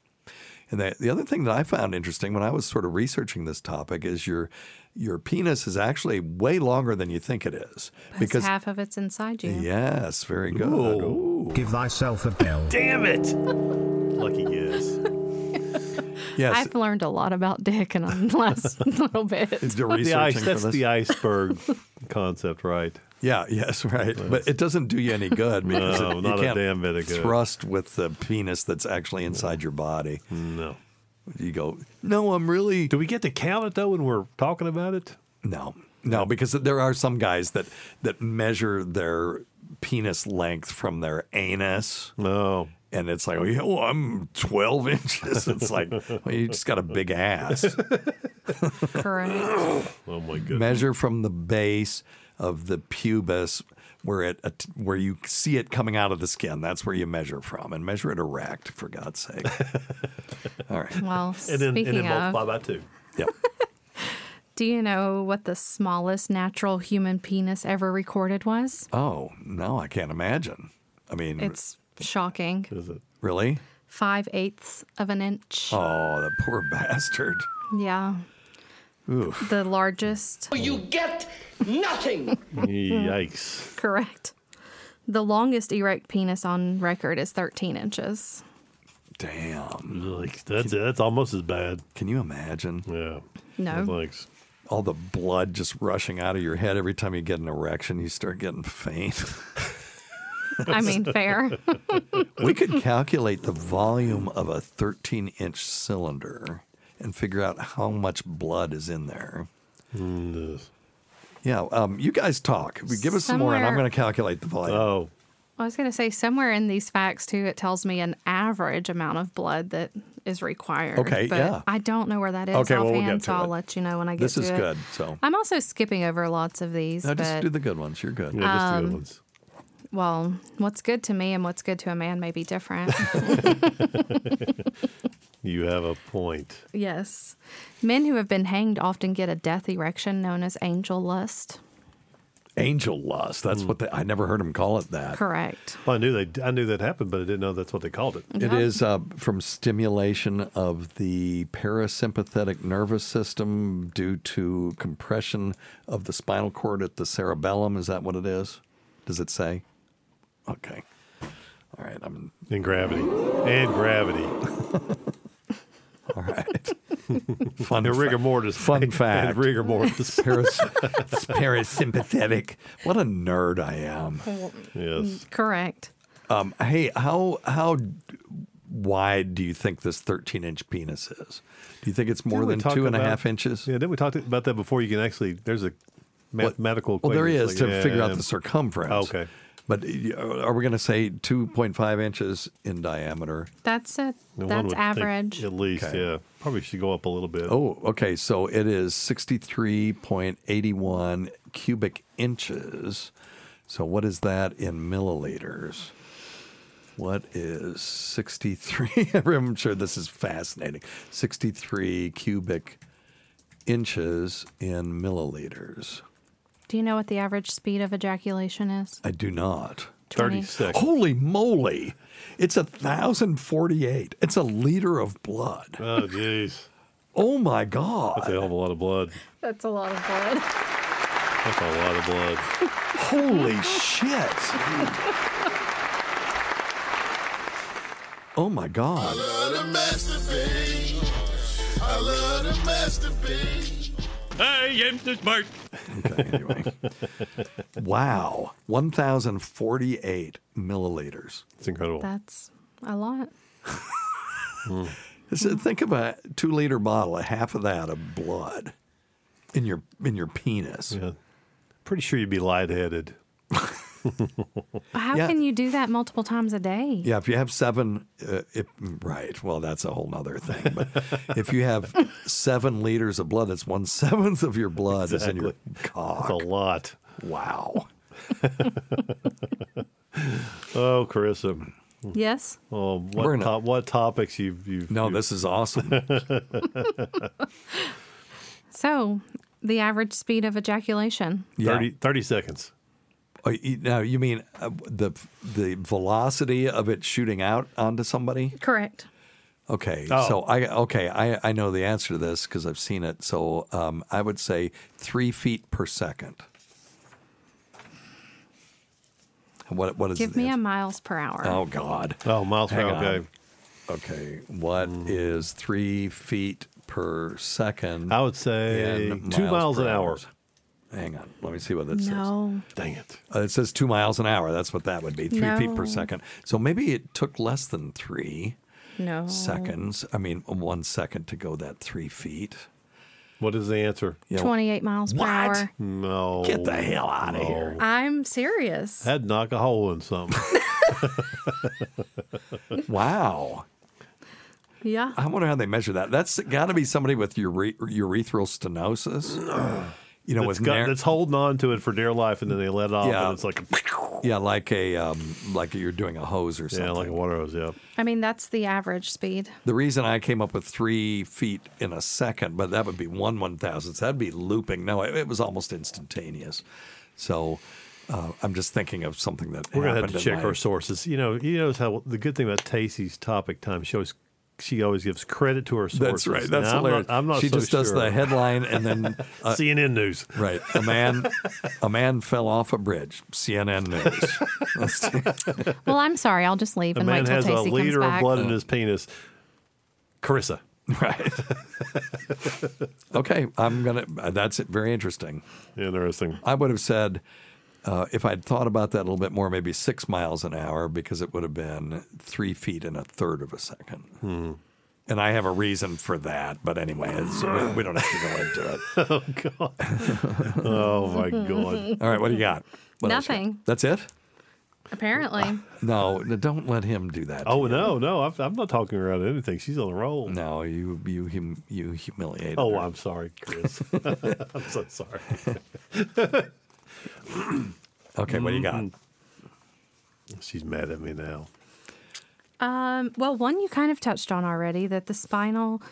Speaker 4: And the, the other thing that I found interesting when I was sort of researching this topic is your your penis is actually way longer than you think it is
Speaker 10: Because half of it's inside you.
Speaker 4: Yes, very good.
Speaker 7: Give thyself a bell.
Speaker 6: Damn it! Lucky yes.
Speaker 4: Yes.
Speaker 10: I've learned a lot about dick in the (laughs) last little bit.
Speaker 6: the ice, that's the iceberg (laughs) concept, right?
Speaker 4: Yeah, yes, right. But it doesn't do you any good because
Speaker 6: (laughs) No,
Speaker 4: it, you
Speaker 6: not a
Speaker 4: can't
Speaker 6: damn bit of good.
Speaker 4: thrust with the penis that's actually inside your body.
Speaker 6: No.
Speaker 4: You go, no, I'm really.
Speaker 6: Do we get to count it, though, when we're talking about it?
Speaker 4: No, no, because there are some guys that that measure their penis length from their anus.
Speaker 6: No.
Speaker 4: And it's like, oh, yeah, well, I'm 12 (laughs) inches. It's like, well, you just got a big (laughs) ass.
Speaker 10: Correct.
Speaker 6: (laughs) Oh, my goodness.
Speaker 4: measure from the base of the pubis where it at- where you see it coming out of the skin that's where you measure from and measure it erect for god's
Speaker 6: (laughs)
Speaker 4: sake all right
Speaker 10: Well,
Speaker 6: uh, And then,
Speaker 10: speaking
Speaker 6: and then
Speaker 10: of,
Speaker 6: multiply by two.
Speaker 4: yep
Speaker 10: do you know what the smallest natural human penis ever recorded was?
Speaker 4: oh no i can't imagine i mean
Speaker 10: It's shocking.
Speaker 6: is it
Speaker 4: really
Speaker 10: Five eighths of an inch.
Speaker 4: oh the poor (laughs) bastard
Speaker 10: Yeah.
Speaker 4: Oof.
Speaker 10: The largest.
Speaker 15: You get
Speaker 4: (laughs)
Speaker 15: nothing.
Speaker 6: Yikes.
Speaker 10: Correct. The longest erect penis on record is 13 inches.
Speaker 4: damn
Speaker 6: Like, that's, that's almost as bad.
Speaker 4: can you imagine
Speaker 6: Yeah.
Speaker 10: No.
Speaker 6: Thanks.
Speaker 4: all the blood just rushing out of your head every time you get an erection you start getting
Speaker 6: (laughs)
Speaker 4: faint
Speaker 10: (laughs) I mean, fair. (laughs)
Speaker 4: we could calculate the volume of a 13 inch cylinder and figure out how much blood is in there.
Speaker 6: Mm,
Speaker 4: Yeah, um, you guys talk. Give us some more, and I'm
Speaker 10: Somewhere-
Speaker 4: going to calculate the volume.
Speaker 6: Oh,
Speaker 10: I was going to say somewhere in these facts too, it tells me an average amount of blood that is required.
Speaker 4: Okay,
Speaker 10: but
Speaker 4: yeah.
Speaker 10: I don't know where that is
Speaker 4: Okay, well,
Speaker 10: offhand,
Speaker 4: we'll get
Speaker 10: so
Speaker 4: to
Speaker 10: I'll
Speaker 4: it.
Speaker 10: let you know when I get
Speaker 4: this
Speaker 10: to
Speaker 4: is
Speaker 10: it.
Speaker 4: good. So
Speaker 10: I'm also skipping over lots of these,
Speaker 4: no,
Speaker 10: but
Speaker 4: just do the good ones. You're good.
Speaker 6: yeah, just the
Speaker 10: Um,
Speaker 6: good ones.
Speaker 10: Well, what's good to me and what's good to a man may be
Speaker 4: (laughs)
Speaker 10: different.
Speaker 6: You have a point.
Speaker 10: yes. Men who have been hanged often get a death erection known as angel lust.
Speaker 4: Angel lust. That's what they, I never heard them call it that.
Speaker 10: Correct.
Speaker 6: Hmm. Well, I knew they. I knew that happened, but I didn't know that's what they called it.
Speaker 4: It is
Speaker 6: (laughs)
Speaker 4: uh, from stimulation of the parasympathetic nervous system due to compression of the spinal cord at the cerebellum. Is that what it is? Does it say? Okay. All right. I'm
Speaker 6: in gravity. And gravity.
Speaker 4: (laughs) All (laughs) right.
Speaker 6: Fun and rigor mortis.
Speaker 4: Fun fact.
Speaker 6: And rigor mortis.
Speaker 4: (laughs) Paras- parasympathetic. What a nerd I am.
Speaker 6: Yes.
Speaker 10: Mm, Correct.
Speaker 4: Um, hey, how how wide do you think this 13 inch penis is? Do you think it's more
Speaker 6: Didn't we
Speaker 4: than
Speaker 6: talk
Speaker 4: two and a half
Speaker 6: about-
Speaker 4: inches?
Speaker 6: Yeah, didn't we talk about that before? You can actually, there's a mathematical
Speaker 4: Well, there
Speaker 6: equation.
Speaker 4: is
Speaker 6: It's
Speaker 4: to
Speaker 6: like-
Speaker 4: figure
Speaker 6: yeah.
Speaker 4: out the circumference.
Speaker 6: Okay.
Speaker 4: But uh, are we going to say 2.5 inches in diameter?
Speaker 10: That's it.
Speaker 4: No one
Speaker 10: That's
Speaker 4: would think
Speaker 10: average.
Speaker 6: At least,
Speaker 4: Okay.
Speaker 6: yeah. Probably should go up a little bit.
Speaker 4: Oh, okay. So it is 63.81 cubic inches. So what is that in milliliters? What is 63? (laughs) I'm sure this is fascinating. 63 cubic inches in milliliters.
Speaker 10: Do you know what the average speed of ejaculation is?
Speaker 4: I do not.
Speaker 10: 20.
Speaker 6: 36.
Speaker 4: Holy moly. It's a 1,048. It's a liter of blood.
Speaker 6: Oh, jeez.
Speaker 4: Oh, my God.
Speaker 6: That's a hell of a lot of blood.
Speaker 10: That's a lot of blood. (laughs)
Speaker 6: That's a lot of blood.
Speaker 4: (laughs) Holy shit. Oh, my
Speaker 16: I
Speaker 4: God.
Speaker 16: love to masturbate. I am the smart.
Speaker 4: Wow. 1,048 milliliters.
Speaker 6: It's
Speaker 4: Oh.
Speaker 6: incredible. Hmm.
Speaker 10: That's a lot.
Speaker 4: think of a two liter bottle, half of that of blood in your in your penis.
Speaker 6: Yeah. Pretty sure you'd be lightheaded.
Speaker 10: How
Speaker 4: Yeah.
Speaker 10: can you do that multiple times a day?
Speaker 4: Yeah, if you have seven, uh, it, right. Well, that's a whole nother thing.
Speaker 6: (laughs)
Speaker 4: But if you have seven liters of blood, that's one seventh of your blood is in your cock. That's
Speaker 6: a lot.
Speaker 4: Wow.
Speaker 6: Oh, Carissa.
Speaker 10: Yes.
Speaker 6: Oh,
Speaker 4: We're
Speaker 6: what,
Speaker 4: in a-
Speaker 6: top, what topics you've, you've.
Speaker 4: No, this is
Speaker 6: (laughs)
Speaker 4: awesome.
Speaker 10: So, the average speed of ejaculation.
Speaker 6: 30, 30 seconds.
Speaker 4: Oh, you- Now, you mean uh, the the velocity of it shooting out onto somebody?
Speaker 10: Correct.
Speaker 4: Okay,
Speaker 6: Oh.
Speaker 4: so I okay I, I know the answer to this because I've seen it. So um, I would say three feet per second. What what is
Speaker 10: Give
Speaker 4: the
Speaker 10: me a
Speaker 4: answer?
Speaker 10: miles per hour.
Speaker 4: Oh God!
Speaker 6: Oh, miles per
Speaker 4: Hang
Speaker 6: hour,
Speaker 4: on.
Speaker 6: okay.
Speaker 4: Okay, what is three feet per second?
Speaker 6: I would say
Speaker 4: in
Speaker 6: two miles
Speaker 4: per
Speaker 6: an hour.
Speaker 4: hours? Hang on, let me see what that says.
Speaker 10: no.
Speaker 6: Dang it!
Speaker 4: Uh, it says two miles an hour. That's what that would be, three feet
Speaker 10: No.
Speaker 4: per second. So maybe it took less than three
Speaker 10: No.
Speaker 4: seconds. I mean, one second to go that three feet.
Speaker 6: What is the answer?
Speaker 4: Yeah,
Speaker 10: 28 miles per hour.
Speaker 6: No.
Speaker 4: Get the hell out of here.
Speaker 10: I'm serious.
Speaker 6: That'd knock a hole in something.
Speaker 4: Wow.
Speaker 10: Yeah.
Speaker 4: I wonder how they measure that. That's got to be somebody with ure- urethral
Speaker 6: (sighs)
Speaker 4: stenosis. You know,
Speaker 6: that's,
Speaker 4: with
Speaker 6: got,
Speaker 4: nar-
Speaker 6: that's holding on to it for dear life, and then they let off,
Speaker 4: Yeah.
Speaker 6: and it's like
Speaker 4: yeah, like a um, like you're doing a hose or something.
Speaker 6: yeah, like a water hose. Yeah.
Speaker 10: I mean, that's the average speed.
Speaker 4: The reason I came up with three feet in a second, but that would be one one thousandth. That'd be looping. No, it, it was almost instantaneous. So uh, I'm just thinking of something that
Speaker 6: We're gonna have
Speaker 4: happened
Speaker 6: to
Speaker 4: in
Speaker 6: check
Speaker 4: my-
Speaker 6: our sources. You know, you notice how the good thing about Tacy's topic time she always She always gives credit to her sources.
Speaker 4: That's right. That's
Speaker 6: Now, I'm not-
Speaker 4: hilarious.
Speaker 6: I'm not
Speaker 4: she
Speaker 6: so
Speaker 4: just does
Speaker 6: sure.
Speaker 4: the headline and
Speaker 6: (laughs)
Speaker 4: then uh,
Speaker 6: CNN news.
Speaker 4: Right. A man, a man fell off a bridge. CNN news.
Speaker 6: (laughs)
Speaker 4: (laughs)
Speaker 10: Well, I'm sorry. I'll just leave
Speaker 6: A
Speaker 10: and wait
Speaker 6: man
Speaker 10: till
Speaker 6: has a
Speaker 10: Tacy comes
Speaker 6: liter of
Speaker 10: back.
Speaker 6: blood in his penis. Carissa.
Speaker 4: (laughs) Right. okay. I'm gonna. uh, That's it. Very interesting.
Speaker 6: Interesting.
Speaker 4: I would have said. Uh, if I'd thought about that a little bit more, maybe six miles an hour, because it would have been three feet and a third of a second.
Speaker 6: Hmm.
Speaker 4: And I have a reason for that, but anyway, it's, we, we don't have to go into it.
Speaker 6: (laughs) oh God. Oh my
Speaker 4: (laughs)
Speaker 6: God.
Speaker 4: All right, what do you got? What else you got?
Speaker 10: Nothing.
Speaker 4: That's it.
Speaker 10: Apparently.
Speaker 4: No, no, don't let him do that.
Speaker 6: Oh no, no, I'm, I'm not talking her out of anything. She's on a roll.
Speaker 4: No, you you hum, you humiliated.
Speaker 6: Oh,
Speaker 4: her.
Speaker 6: I'm sorry, Chris.
Speaker 4: (laughs)
Speaker 6: (laughs) I'm so sorry.
Speaker 4: Okay, what do you got?
Speaker 6: (clears throat) She's mad at me now.
Speaker 10: Um, well, one you kind of touched on already that the spinal,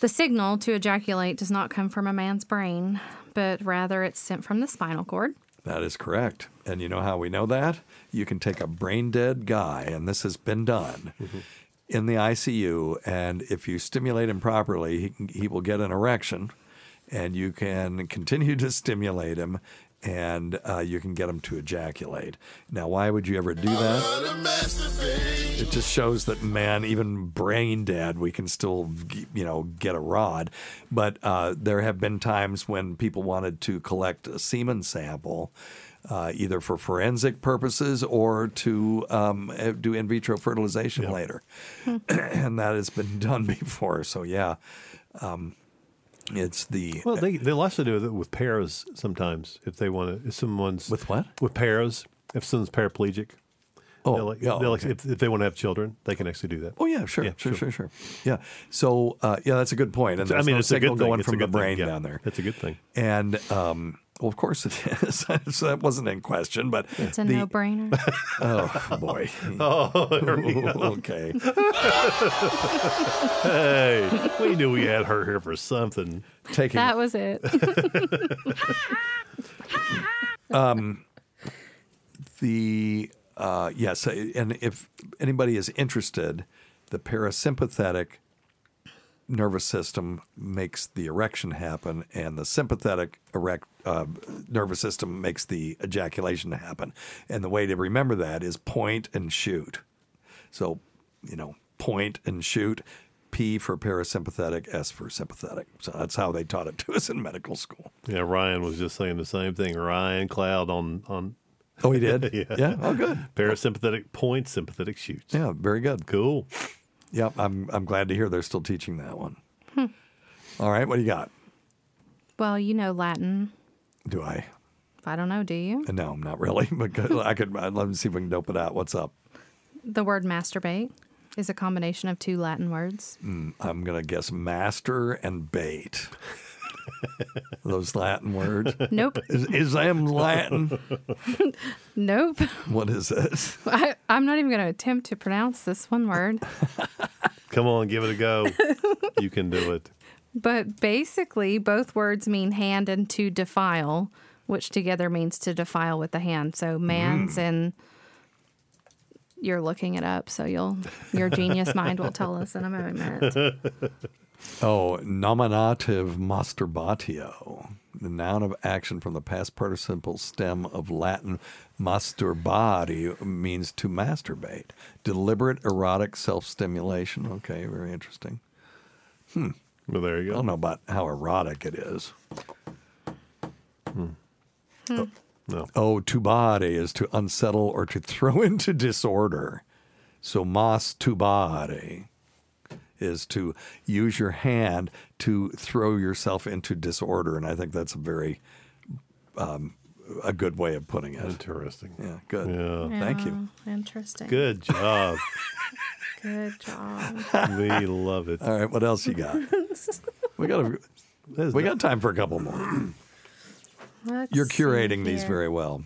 Speaker 10: the signal to ejaculate does not come from a man's brain, but rather it's sent from the spinal cord.
Speaker 4: That is correct. And you know how we know that? You can take a brain dead guy, and this has been done in the ICU. And if you stimulate him properly, he, can, he will get an erection, and you can continue to stimulate him, and uh, you can get him to ejaculate. Now, why would you ever do that? It just shows that, man, even brain dead, we can still, you know, get a rod. But uh, there have been times when people wanted to collect a semen sample, uh, either for forensic purposes or to um, eh, do in vitro fertilization later.
Speaker 10: Hmm.
Speaker 4: (clears throat) and that has been done (laughs) before. So, yeah. Um, it's the
Speaker 6: Well, they they'll also do it with pairs sometimes if they want to. If someone's with what with pairs, if someone's paraplegic,
Speaker 4: Oh,
Speaker 6: they'll like,
Speaker 4: yeah,
Speaker 6: they'll like-
Speaker 4: okay.
Speaker 6: if, if they want to have children, they can actually do that.
Speaker 4: Oh yeah, sure, sure, sure, sure. Yeah. So uh, yeah, that's a good point. And
Speaker 6: I
Speaker 4: there's
Speaker 6: mean,
Speaker 4: no
Speaker 6: it's a
Speaker 4: signal
Speaker 6: good thing.
Speaker 4: going
Speaker 6: It's a
Speaker 4: from the
Speaker 6: good thing.
Speaker 4: brain
Speaker 6: Yeah.
Speaker 4: down there.
Speaker 6: That's
Speaker 4: (laughs)
Speaker 6: a good thing.
Speaker 4: And um, well, of course it (laughs) is. so that wasn't in question, but
Speaker 10: It's a
Speaker 4: the-
Speaker 10: no brainer.
Speaker 4: (laughs) Oh boy.
Speaker 6: (laughs) Oh,
Speaker 4: (laughs)
Speaker 6: there we go.
Speaker 4: okay.
Speaker 6: hey, we knew we had her here for something.
Speaker 4: Taking
Speaker 10: That was
Speaker 4: (laughs)
Speaker 10: it. (laughs)
Speaker 4: um, the uh, yes, and if anybody is interested, the parasympathetic nervous system makes the erection happen, and the sympathetic erect uh, nervous system makes the ejaculation happen. And the way to remember that is point and shoot. So, you know, point and shoot. P for parasympathetic, S for sympathetic. So that's how they taught it to us in medical school.
Speaker 6: (laughs) Yeah, Ryan was just saying the same thing. Ryan Cloud on on.
Speaker 4: Oh, he
Speaker 6: (laughs)
Speaker 4: did. Yeah? Oh, good.
Speaker 6: Parasympathetic point, sympathetic shoots.
Speaker 4: Yeah, very good.
Speaker 6: Cool.
Speaker 4: Yep, I'm I'm glad to hear they're still teaching that one. All right, what do you got?
Speaker 10: well, you know Latin.
Speaker 4: Do I?
Speaker 10: I don't know, do you?
Speaker 4: No, not really. (laughs) But good- I could. I'd love to see if we can dope it out. What's up?
Speaker 10: The word masturbate is a combination of two Latin words.
Speaker 4: Mm, I'm gonna guess master and bait. Those Latin words.
Speaker 10: Nope.
Speaker 4: Is, is them Latin?
Speaker 10: Nope. (laughs)
Speaker 4: What is it?
Speaker 10: I, I'm not even going to attempt to pronounce this one
Speaker 4: (laughs)
Speaker 10: word.
Speaker 6: Come on, give it a go. you can do it.
Speaker 10: But basically, both words mean hand and to defile, which together means to defile with the hand. So
Speaker 4: Mm.
Speaker 10: man's and you're looking it up, so you'll your genius mind will tell us in a
Speaker 4: (laughs)
Speaker 10: moment.
Speaker 6: (laughs)
Speaker 4: Oh, nominative masturbatio, the noun of action from the past participle stem of Latin masturbare means to masturbate. Deliberate erotic self stimulation. Okay, very interesting. Hmm.
Speaker 6: Well, there you go.
Speaker 4: I don't know about how erotic it is.
Speaker 10: Hmm.
Speaker 6: No.
Speaker 4: Oh, to body is to unsettle or to (laughs) throw into disorder. So mas to body is to use your hand to throw yourself into disorder, and I think that's a very um, a good way of putting it.
Speaker 6: Interesting.
Speaker 4: Yeah. Good. Oh, Thank you.
Speaker 10: Yeah, Interesting.
Speaker 4: (laughs)
Speaker 6: Good job.
Speaker 10: Good job.
Speaker 6: we love it.
Speaker 4: All right. What else Oh, you got? We got
Speaker 6: (laughs)
Speaker 4: a, we got time for a
Speaker 10: (clears throat)
Speaker 4: couple more.
Speaker 10: (laughs) Let's
Speaker 4: You're
Speaker 10: see
Speaker 4: curating these
Speaker 10: here. (laughs)
Speaker 4: very well.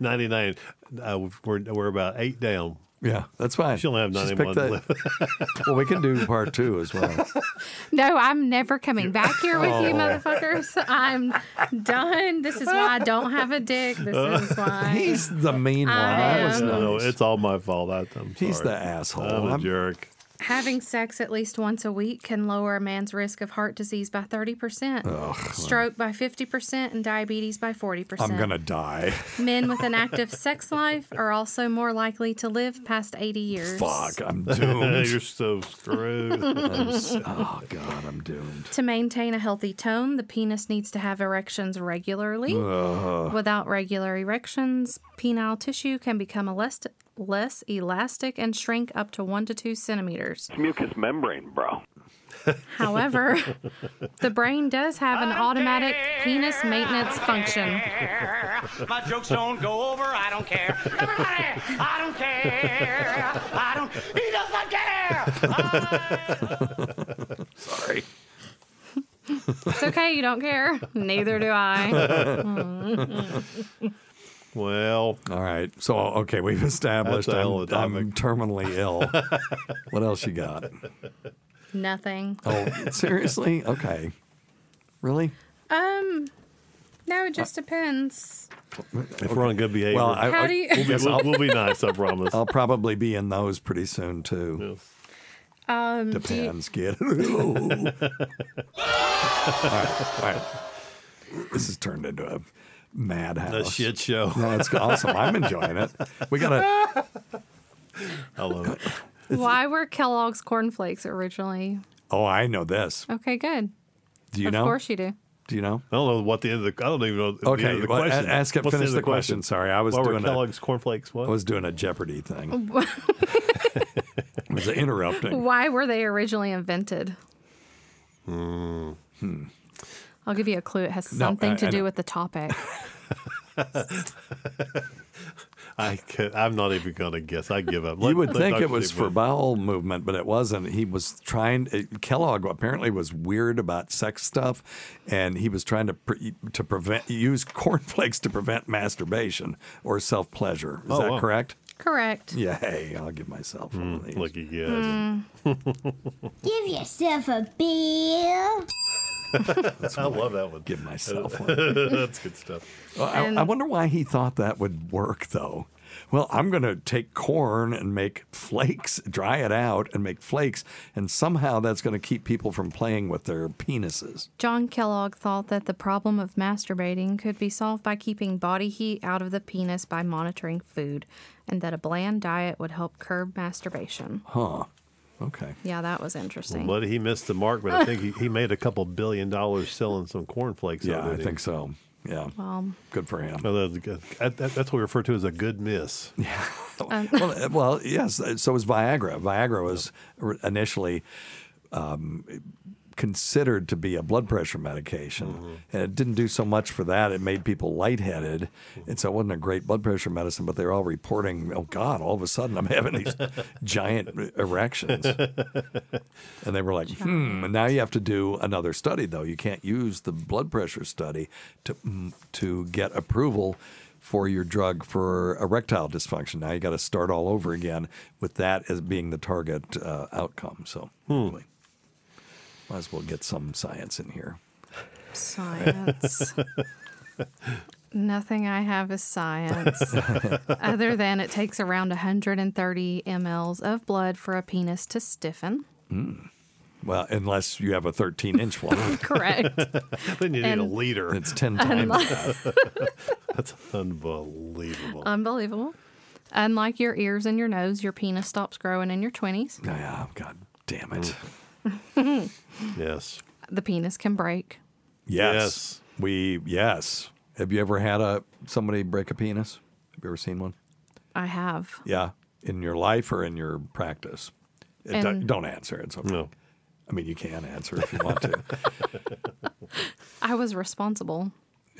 Speaker 6: 99. Uh, we've- we're, we're about eight down.
Speaker 4: Yeah, that's fine.
Speaker 6: She only have
Speaker 4: She's
Speaker 6: 91
Speaker 4: picked (laughs)
Speaker 6: left.
Speaker 4: well, we can do part two
Speaker 10: (laughs)
Speaker 4: as well.
Speaker 10: No, I'm never coming back here with you,
Speaker 4: Oh.
Speaker 10: motherfuckers. I'm done. This is why I don't have a dick.
Speaker 4: (laughs)
Speaker 10: This is why.
Speaker 4: He's the mean one. I was
Speaker 6: No, no,
Speaker 4: nice.
Speaker 6: it's all my fault. I, I'm
Speaker 4: He's
Speaker 6: sorry.
Speaker 4: the asshole.
Speaker 6: I'm a
Speaker 4: I'm-
Speaker 6: jerk.
Speaker 10: Having sex at least once a week can lower a man's risk of heart disease by 30%,
Speaker 4: Ugh.
Speaker 10: stroke by 50%, and diabetes by 40%.
Speaker 4: I'm gonna die.
Speaker 10: Men with an active sex life are also more likely to live past 80 years.
Speaker 4: Fuck, I'm doomed.
Speaker 6: (laughs) You're so screwed.
Speaker 4: I'm s- oh God, I'm doomed.
Speaker 10: To maintain a healthy tone, the penis needs to have erections regularly.
Speaker 4: Ugh.
Speaker 10: Without regular erections, penile tissue can become elast- less elastic and shrink up to one to two centimeters.
Speaker 3: Mucous membrane, bro.
Speaker 10: However,
Speaker 3: (laughs)
Speaker 10: the brain does have an automatic penis maintenance function.
Speaker 14: My jokes don't go over. I don't care. Everybody, I don't care. I don't. He does not
Speaker 6: (laughs)
Speaker 14: care. I-
Speaker 4: Sorry.
Speaker 10: It's okay. You don't care. Neither do I.
Speaker 4: Well, all right. So, okay, we've established
Speaker 6: That's a
Speaker 4: I'm,
Speaker 6: hell of a
Speaker 4: I'm
Speaker 6: (laughs)
Speaker 4: terminally ill. what else you got?
Speaker 10: (laughs) Nothing.
Speaker 4: Oh, seriously? Okay. Really?
Speaker 10: Um, no, it just depends.
Speaker 6: If we're on good behavior,
Speaker 4: Well, I,
Speaker 10: How
Speaker 4: I-
Speaker 10: do you-
Speaker 6: We'll be-
Speaker 4: yes,
Speaker 6: we'll-
Speaker 4: I'll-
Speaker 6: we'll be nice, I promise.
Speaker 4: I'll probably be in those pretty soon, too.
Speaker 10: Um, do you-
Speaker 4: Depends,
Speaker 6: (laughs)
Speaker 4: kid. (laughs) all right, all right. This has turned into a madhouse.
Speaker 6: A shit show.
Speaker 4: No, it's awesome. I'm enjoying it. We got to.
Speaker 6: I love
Speaker 10: (laughs)
Speaker 6: it.
Speaker 10: why were Kellogg's cornflakes originally?
Speaker 4: Oh, I know this.
Speaker 10: Okay, good.
Speaker 4: Do you
Speaker 10: of
Speaker 4: know?
Speaker 10: course you do.
Speaker 4: Do you know?
Speaker 6: I don't know what the end of the. I don't even know. The
Speaker 4: Okay,
Speaker 6: end of the
Speaker 4: well, a-
Speaker 6: question.
Speaker 4: ask it-
Speaker 6: What's
Speaker 4: finish
Speaker 6: end of
Speaker 4: the question. Sorry, I was
Speaker 6: Why were
Speaker 4: doing a-
Speaker 6: Kellogg's cornflakes. What
Speaker 4: I was doing a Jeopardy thing. It was
Speaker 6: (laughs)
Speaker 10: (laughs)
Speaker 4: interrupting.
Speaker 10: Why were they originally invented?
Speaker 4: Hmm.
Speaker 10: I'll give you a clue. It has
Speaker 6: No,
Speaker 10: something
Speaker 6: I-
Speaker 10: to
Speaker 6: I
Speaker 10: do
Speaker 6: know.
Speaker 10: with the topic.
Speaker 6: I could, I'm not even going to guess. I give up.
Speaker 4: You
Speaker 6: Let-
Speaker 4: would
Speaker 6: let
Speaker 4: think
Speaker 6: Dr.
Speaker 4: it was
Speaker 6: Steve
Speaker 4: for
Speaker 6: win.
Speaker 4: bowel movement, but it wasn't. He was trying. It, Kellogg apparently was weird about sex stuff, and he was trying to pre, to prevent use cornflakes to prevent masturbation or self pleasure. Is
Speaker 6: Oh,
Speaker 4: that
Speaker 6: wow. Hmm,
Speaker 4: correct?
Speaker 10: Correct.
Speaker 4: Yeah. Hey, I'll give myself one of these. Look,
Speaker 6: you
Speaker 17: Mm.
Speaker 6: (laughs)
Speaker 17: Give yourself a beer.
Speaker 6: I love that one.
Speaker 4: Give
Speaker 6: (laughs)
Speaker 4: myself one.
Speaker 6: That's good stuff.
Speaker 4: Well, I,
Speaker 6: And-
Speaker 4: I wonder why he thought that would work, though. Well, I'm going to take corn and make flakes, dry it out and make flakes, and somehow that's going to keep people from playing with their penises.
Speaker 10: John Kellogg thought that the problem of masturbating could be solved by keeping body heat out of the penis by monitoring food, and that a bland diet would help curb masturbation.
Speaker 4: Huh. Okay.
Speaker 10: Yeah, that was interesting.
Speaker 6: Well, but he missed the mark, but I think he, he made a couple billion dollars selling some cornflakes.
Speaker 4: Yeah, I think so. Yeah.
Speaker 10: Well.
Speaker 4: Good for him.
Speaker 6: that's, good. Oh, That- that- that's what we refer to as a good miss.
Speaker 4: Yeah. well, uh, well, yes. uh, So was Viagra. Viagra was r- initially um, considered to be a blood pressure medication, and it didn't do so much for that. It made people lightheaded, and so it wasn't a great blood pressure medicine. But they were all reporting, "Oh God, all of a sudden I'm having these giant r- erections," and they were like, "Hmm." And now you have to do another study, though. You can't use the blood pressure study to mm, to get approval for your drug for erectile dysfunction. Now you got to start all over again with that as being the target uh, outcome. So anyway, might as well get some science in here. (laughs)
Speaker 10: Science. Nothing I have is science, other than it takes around 130 mLs of blood for a penis to stiffen.
Speaker 4: Mm. Well, unless you have a 13 inch
Speaker 10: (laughs)
Speaker 4: one.
Speaker 10: Correct.
Speaker 6: (laughs) then you need a
Speaker 10: And-
Speaker 6: leader.
Speaker 4: It's 10
Speaker 10: times Unlike- (laughs)
Speaker 4: (laughs)
Speaker 6: that. That's unbelievable.
Speaker 10: Unbelievable. Unlike your ears and your nose, your penis stops growing in your (laughs) 20s.
Speaker 4: Yeah, God damn it.
Speaker 6: Yes.
Speaker 10: the penis can break.
Speaker 4: Yes. We, yes. Have you ever had a somebody break a penis? Have you ever seen one?
Speaker 10: I have.
Speaker 4: Yeah. In your life or in your practice? It do-
Speaker 10: And-
Speaker 4: don't answer. It's okay. No. I mean, you can answer if you want
Speaker 6: (laughs)
Speaker 4: to.
Speaker 10: I was responsible.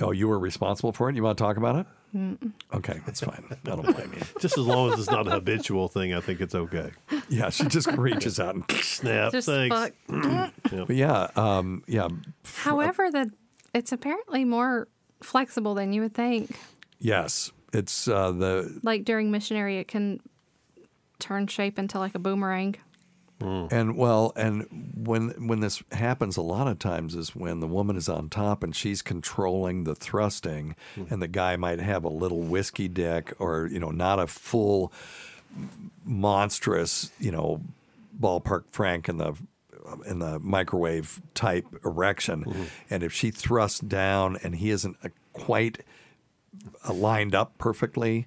Speaker 4: oh, you were responsible for it? You want to talk about it?
Speaker 10: Mm.
Speaker 4: Okay, that's
Speaker 6: (laughs)
Speaker 4: fine. I don't blame you.
Speaker 6: Just as long as it's not a habitual thing, I think it's okay.
Speaker 4: Yeah, she just reaches out and
Speaker 6: (laughs) snap.
Speaker 10: Just
Speaker 6: thanks. (clears throat)
Speaker 10: fuck.
Speaker 4: But yeah, um, yeah,
Speaker 10: However, the it's apparently more flexible than you would think.
Speaker 4: yes. It's uh, the
Speaker 10: Like during missionary, it can turn shape into like a boomerang.
Speaker 4: and well, and when when this happens, a lot of times is when the woman is on top and she's controlling the thrusting, and the guy might have a little whiskey dick or you know not a full monstrous you know ballpark Frank in the in the microwave type erection, and if she thrusts down and he isn't uh, quite uh, lined up perfectly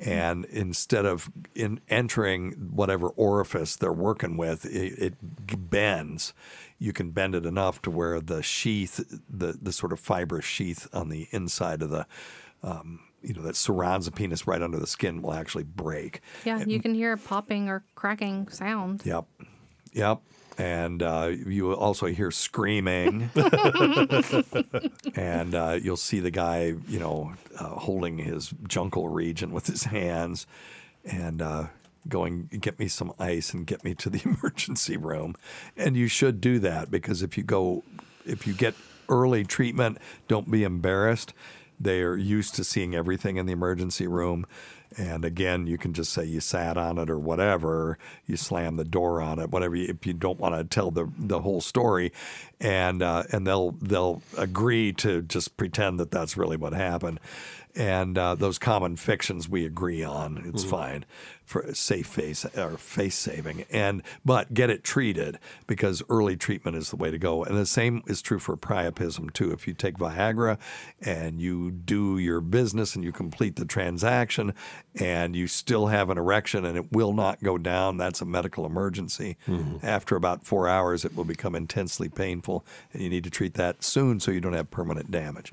Speaker 4: and instead of in entering whatever orifice they're working with it, it g- bends you can bend it enough to where the sheath the, the sort of fibrous sheath on the inside of the um, you know that surrounds the penis right under the skin will actually break
Speaker 10: Yeah, you can hear a popping or cracking sound.
Speaker 4: Yep. Yep. And uh, you will also hear screaming. and uh, you'll see the guy, you know, uh, holding his jungle region with his hands and uh, going, get me (laughs) some ice and get me to the emergency room. And you should do that because if you go if you get early treatment, don't be embarrassed. They are used to seeing everything in the emergency room. And again, you can just say you sat on it or whatever, you slam the door on it, whatever. you- If you don't want to tell the, the whole story, and uh, and they'll they'll agree to just pretend that that's really what happened. And uh, those common fictions we agree on, it's
Speaker 6: Mhm.
Speaker 4: fine for safe face or face saving. And but get it treated because early treatment is the way to go. And the same is true for priapism too. If you take Viagra and you do your business and you complete the transaction and you still have an erection and it will not go down, that's a medical emergency. After about four hours, it will become intensely painful, and you need to treat that soon so you don't have permanent damage.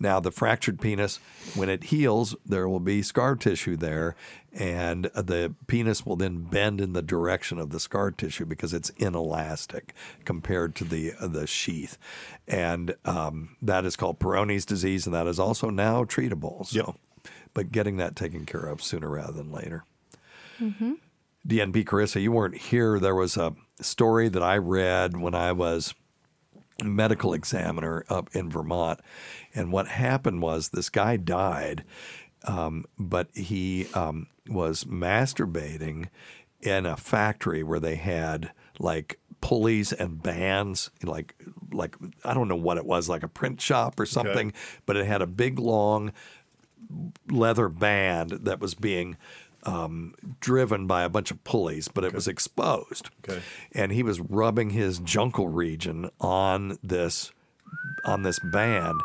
Speaker 4: Now, the fractured penis, when it heals, there will be scar tissue there, and uh, the penis will then bend in the direction of the scar tissue because it's inelastic compared to the uh, the sheath, and um, that is called Peyronie's disease, and that is also now treatable. So, but getting that taken care of sooner rather than later.
Speaker 18: Mm-hmm.
Speaker 4: DNP Carissa, you weren't here. There was a story that I read when I was a medical examiner up in Vermont. And what happened was this guy died, um, but he um, was masturbating in a factory where they had like pulleys and bands like like I don't know what it was like a print shop or something but it had a big long leather band that was being um, driven by a bunch of pulleys, but it was exposed.
Speaker 6: Okay.
Speaker 4: And he was rubbing his junkle region on this on this band.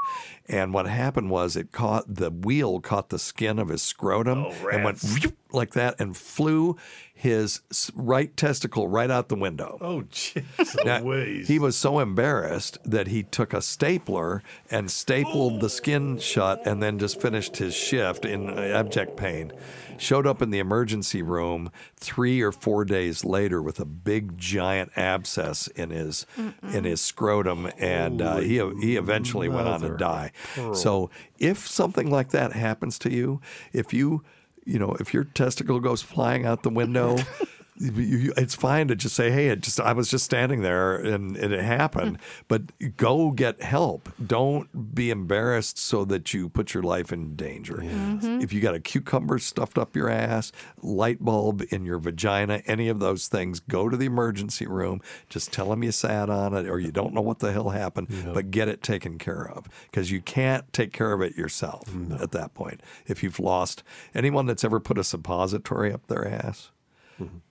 Speaker 4: And what happened was it caught the wheel caught the skin of his scrotum
Speaker 6: Oh,
Speaker 4: and went whoop like that and flew his s- right testicle right out the window.
Speaker 6: Oh, (laughs) jeez.
Speaker 4: Now, He was so embarrassed that he took a stapler and stapled the skin shut and then just finished his shift in abject pain. Showed up in the emergency room three or four days later with a big giant abscess in his in his scrotum, and uh, he he eventually went on to
Speaker 6: mother
Speaker 4: die.
Speaker 6: pearl.
Speaker 4: So if something like that happens to you, if you you know if your testicle goes flying out the window. you- you- It's fine to just say, "Hey, it just I was just standing there and, and it happened." But go get help. Don't be embarrassed so that you put your life in danger.
Speaker 18: Mhm.
Speaker 4: If you got a cucumber stuffed up your ass, light bulb in your vagina, any of those things, go to the emergency room. Just tell them you sat on it or you don't know what the hell happened, but get it taken care of because you can't take care of it yourself at that point. If you've lost anyone that's ever put a suppository up their ass,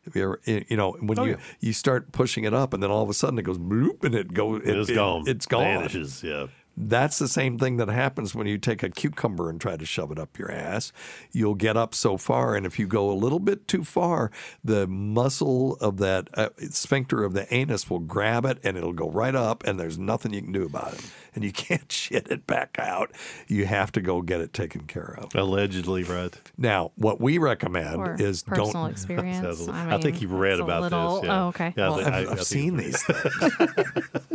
Speaker 4: have you ever, eh, you you know, when
Speaker 6: Mm-hmm. Oh,
Speaker 4: you
Speaker 6: yeah.
Speaker 4: you start pushing it up, and then all of a sudden it goes bloop, and it goes,
Speaker 6: It is gone.
Speaker 4: it's gone,
Speaker 6: Vanishes, yeah.
Speaker 4: that's the same thing that happens when you take a cucumber and try to shove it up your ass. You'll get up so far, and if you go a little bit too far, the muscle of that uh, sphincter of the anus will grab it and it'll go right up, and there's nothing you can do about it. And you (laughs) can't shit it back out. You have to go get it taken care of.
Speaker 6: Allegedly, right?
Speaker 4: Now, what we recommend
Speaker 10: Or
Speaker 4: is
Speaker 10: personal
Speaker 4: don't.
Speaker 6: (laughs)
Speaker 10: experience. I
Speaker 6: I think
Speaker 10: mean,
Speaker 6: you read
Speaker 10: it's a
Speaker 6: about
Speaker 10: little-
Speaker 6: this. Yeah.
Speaker 10: oh, okay.
Speaker 6: Yeah, I
Speaker 4: Well,
Speaker 6: think-
Speaker 4: I've-
Speaker 6: I- I
Speaker 4: I've
Speaker 6: think-
Speaker 4: seen these things. I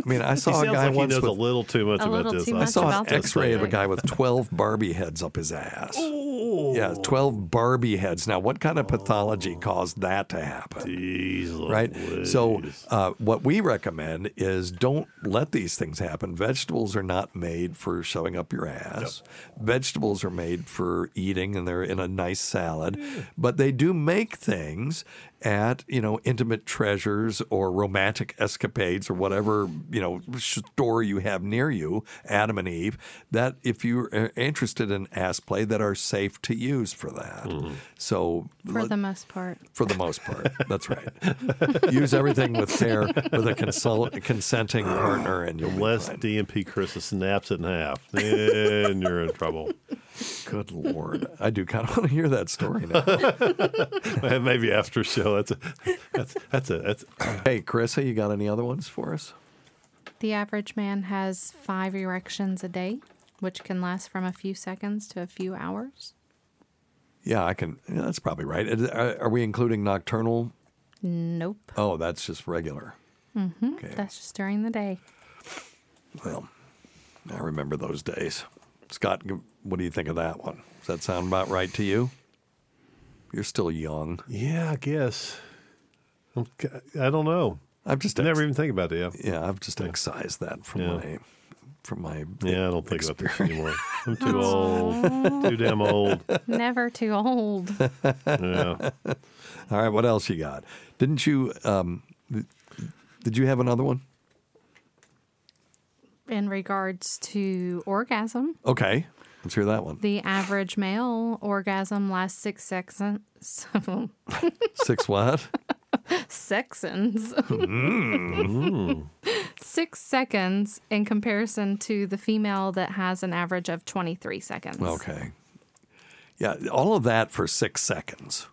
Speaker 4: mean, I
Speaker 6: He
Speaker 4: saw a
Speaker 6: sounds
Speaker 4: guy
Speaker 6: like he
Speaker 4: once
Speaker 6: knows
Speaker 4: with
Speaker 6: a little too much
Speaker 10: A
Speaker 6: about
Speaker 10: little
Speaker 6: this.
Speaker 10: too
Speaker 4: I
Speaker 10: much
Speaker 4: saw
Speaker 10: about
Speaker 4: an
Speaker 10: this
Speaker 4: X-ray of a
Speaker 10: subject.
Speaker 4: guy with twelve Barbie heads up his ass. Yeah, twelve Barbie heads. Now, what kind of pathology caused that to happen? right. So, uh, what we recommend is don't let these things happen. Vegetables are not made for shoving up your ass. Vegetables are made for eating, and they're in a nice salad. But they do make things at you know intimate treasures or romantic escapades or whatever you know store you have near you adam and eve that if you're interested in ass play that are safe to use for that so
Speaker 10: for
Speaker 4: let-
Speaker 10: the most part.
Speaker 4: for the most part that's right use everything with care with a consult, consenting partner and you'll
Speaker 6: Unless DMP Chris snaps it in half, then you're in trouble.
Speaker 4: Good lord, I do kind of want to hear that story
Speaker 6: (laughs)
Speaker 4: now.
Speaker 6: Maybe after show. That's a, that's that's a that's.
Speaker 4: (clears throat) hey, Carissa, you got any other ones for us?
Speaker 10: The average man has five erections a day, which can last from a few seconds to a few hours.
Speaker 4: yeah i can yeah, that's probably right Is- uh, are, are we including nocturnal
Speaker 10: Nope.
Speaker 4: oh that's just regular
Speaker 10: Mm-hmm. That's just during the day.
Speaker 4: Well, I remember those days. Scott, g- what do you think of that one? Does that sound about right to you? You're still young.
Speaker 6: Yeah, I guess. I'm, I don't know.
Speaker 4: I've just
Speaker 6: never even think about it. Yeah,
Speaker 4: yeah. I've just excised that from
Speaker 6: Yeah.
Speaker 4: my from my.
Speaker 6: Yeah, I don't think about this anymore. I'm too
Speaker 10: Aw.
Speaker 6: old. Too damn old.
Speaker 10: Never too old.
Speaker 4: yeah. All right. What else you got? Didn't you? Um, th- did you have another one?
Speaker 10: In regards to orgasm,
Speaker 4: Okay. Let's hear that one.
Speaker 10: the average male orgasm lasts six (laughs) seconds.
Speaker 4: Six what?
Speaker 10: seconds.
Speaker 4: Mm.
Speaker 10: Six seconds in comparison to the female that has an average of 23 seconds.
Speaker 4: Okay. Yeah, all of that for six seconds.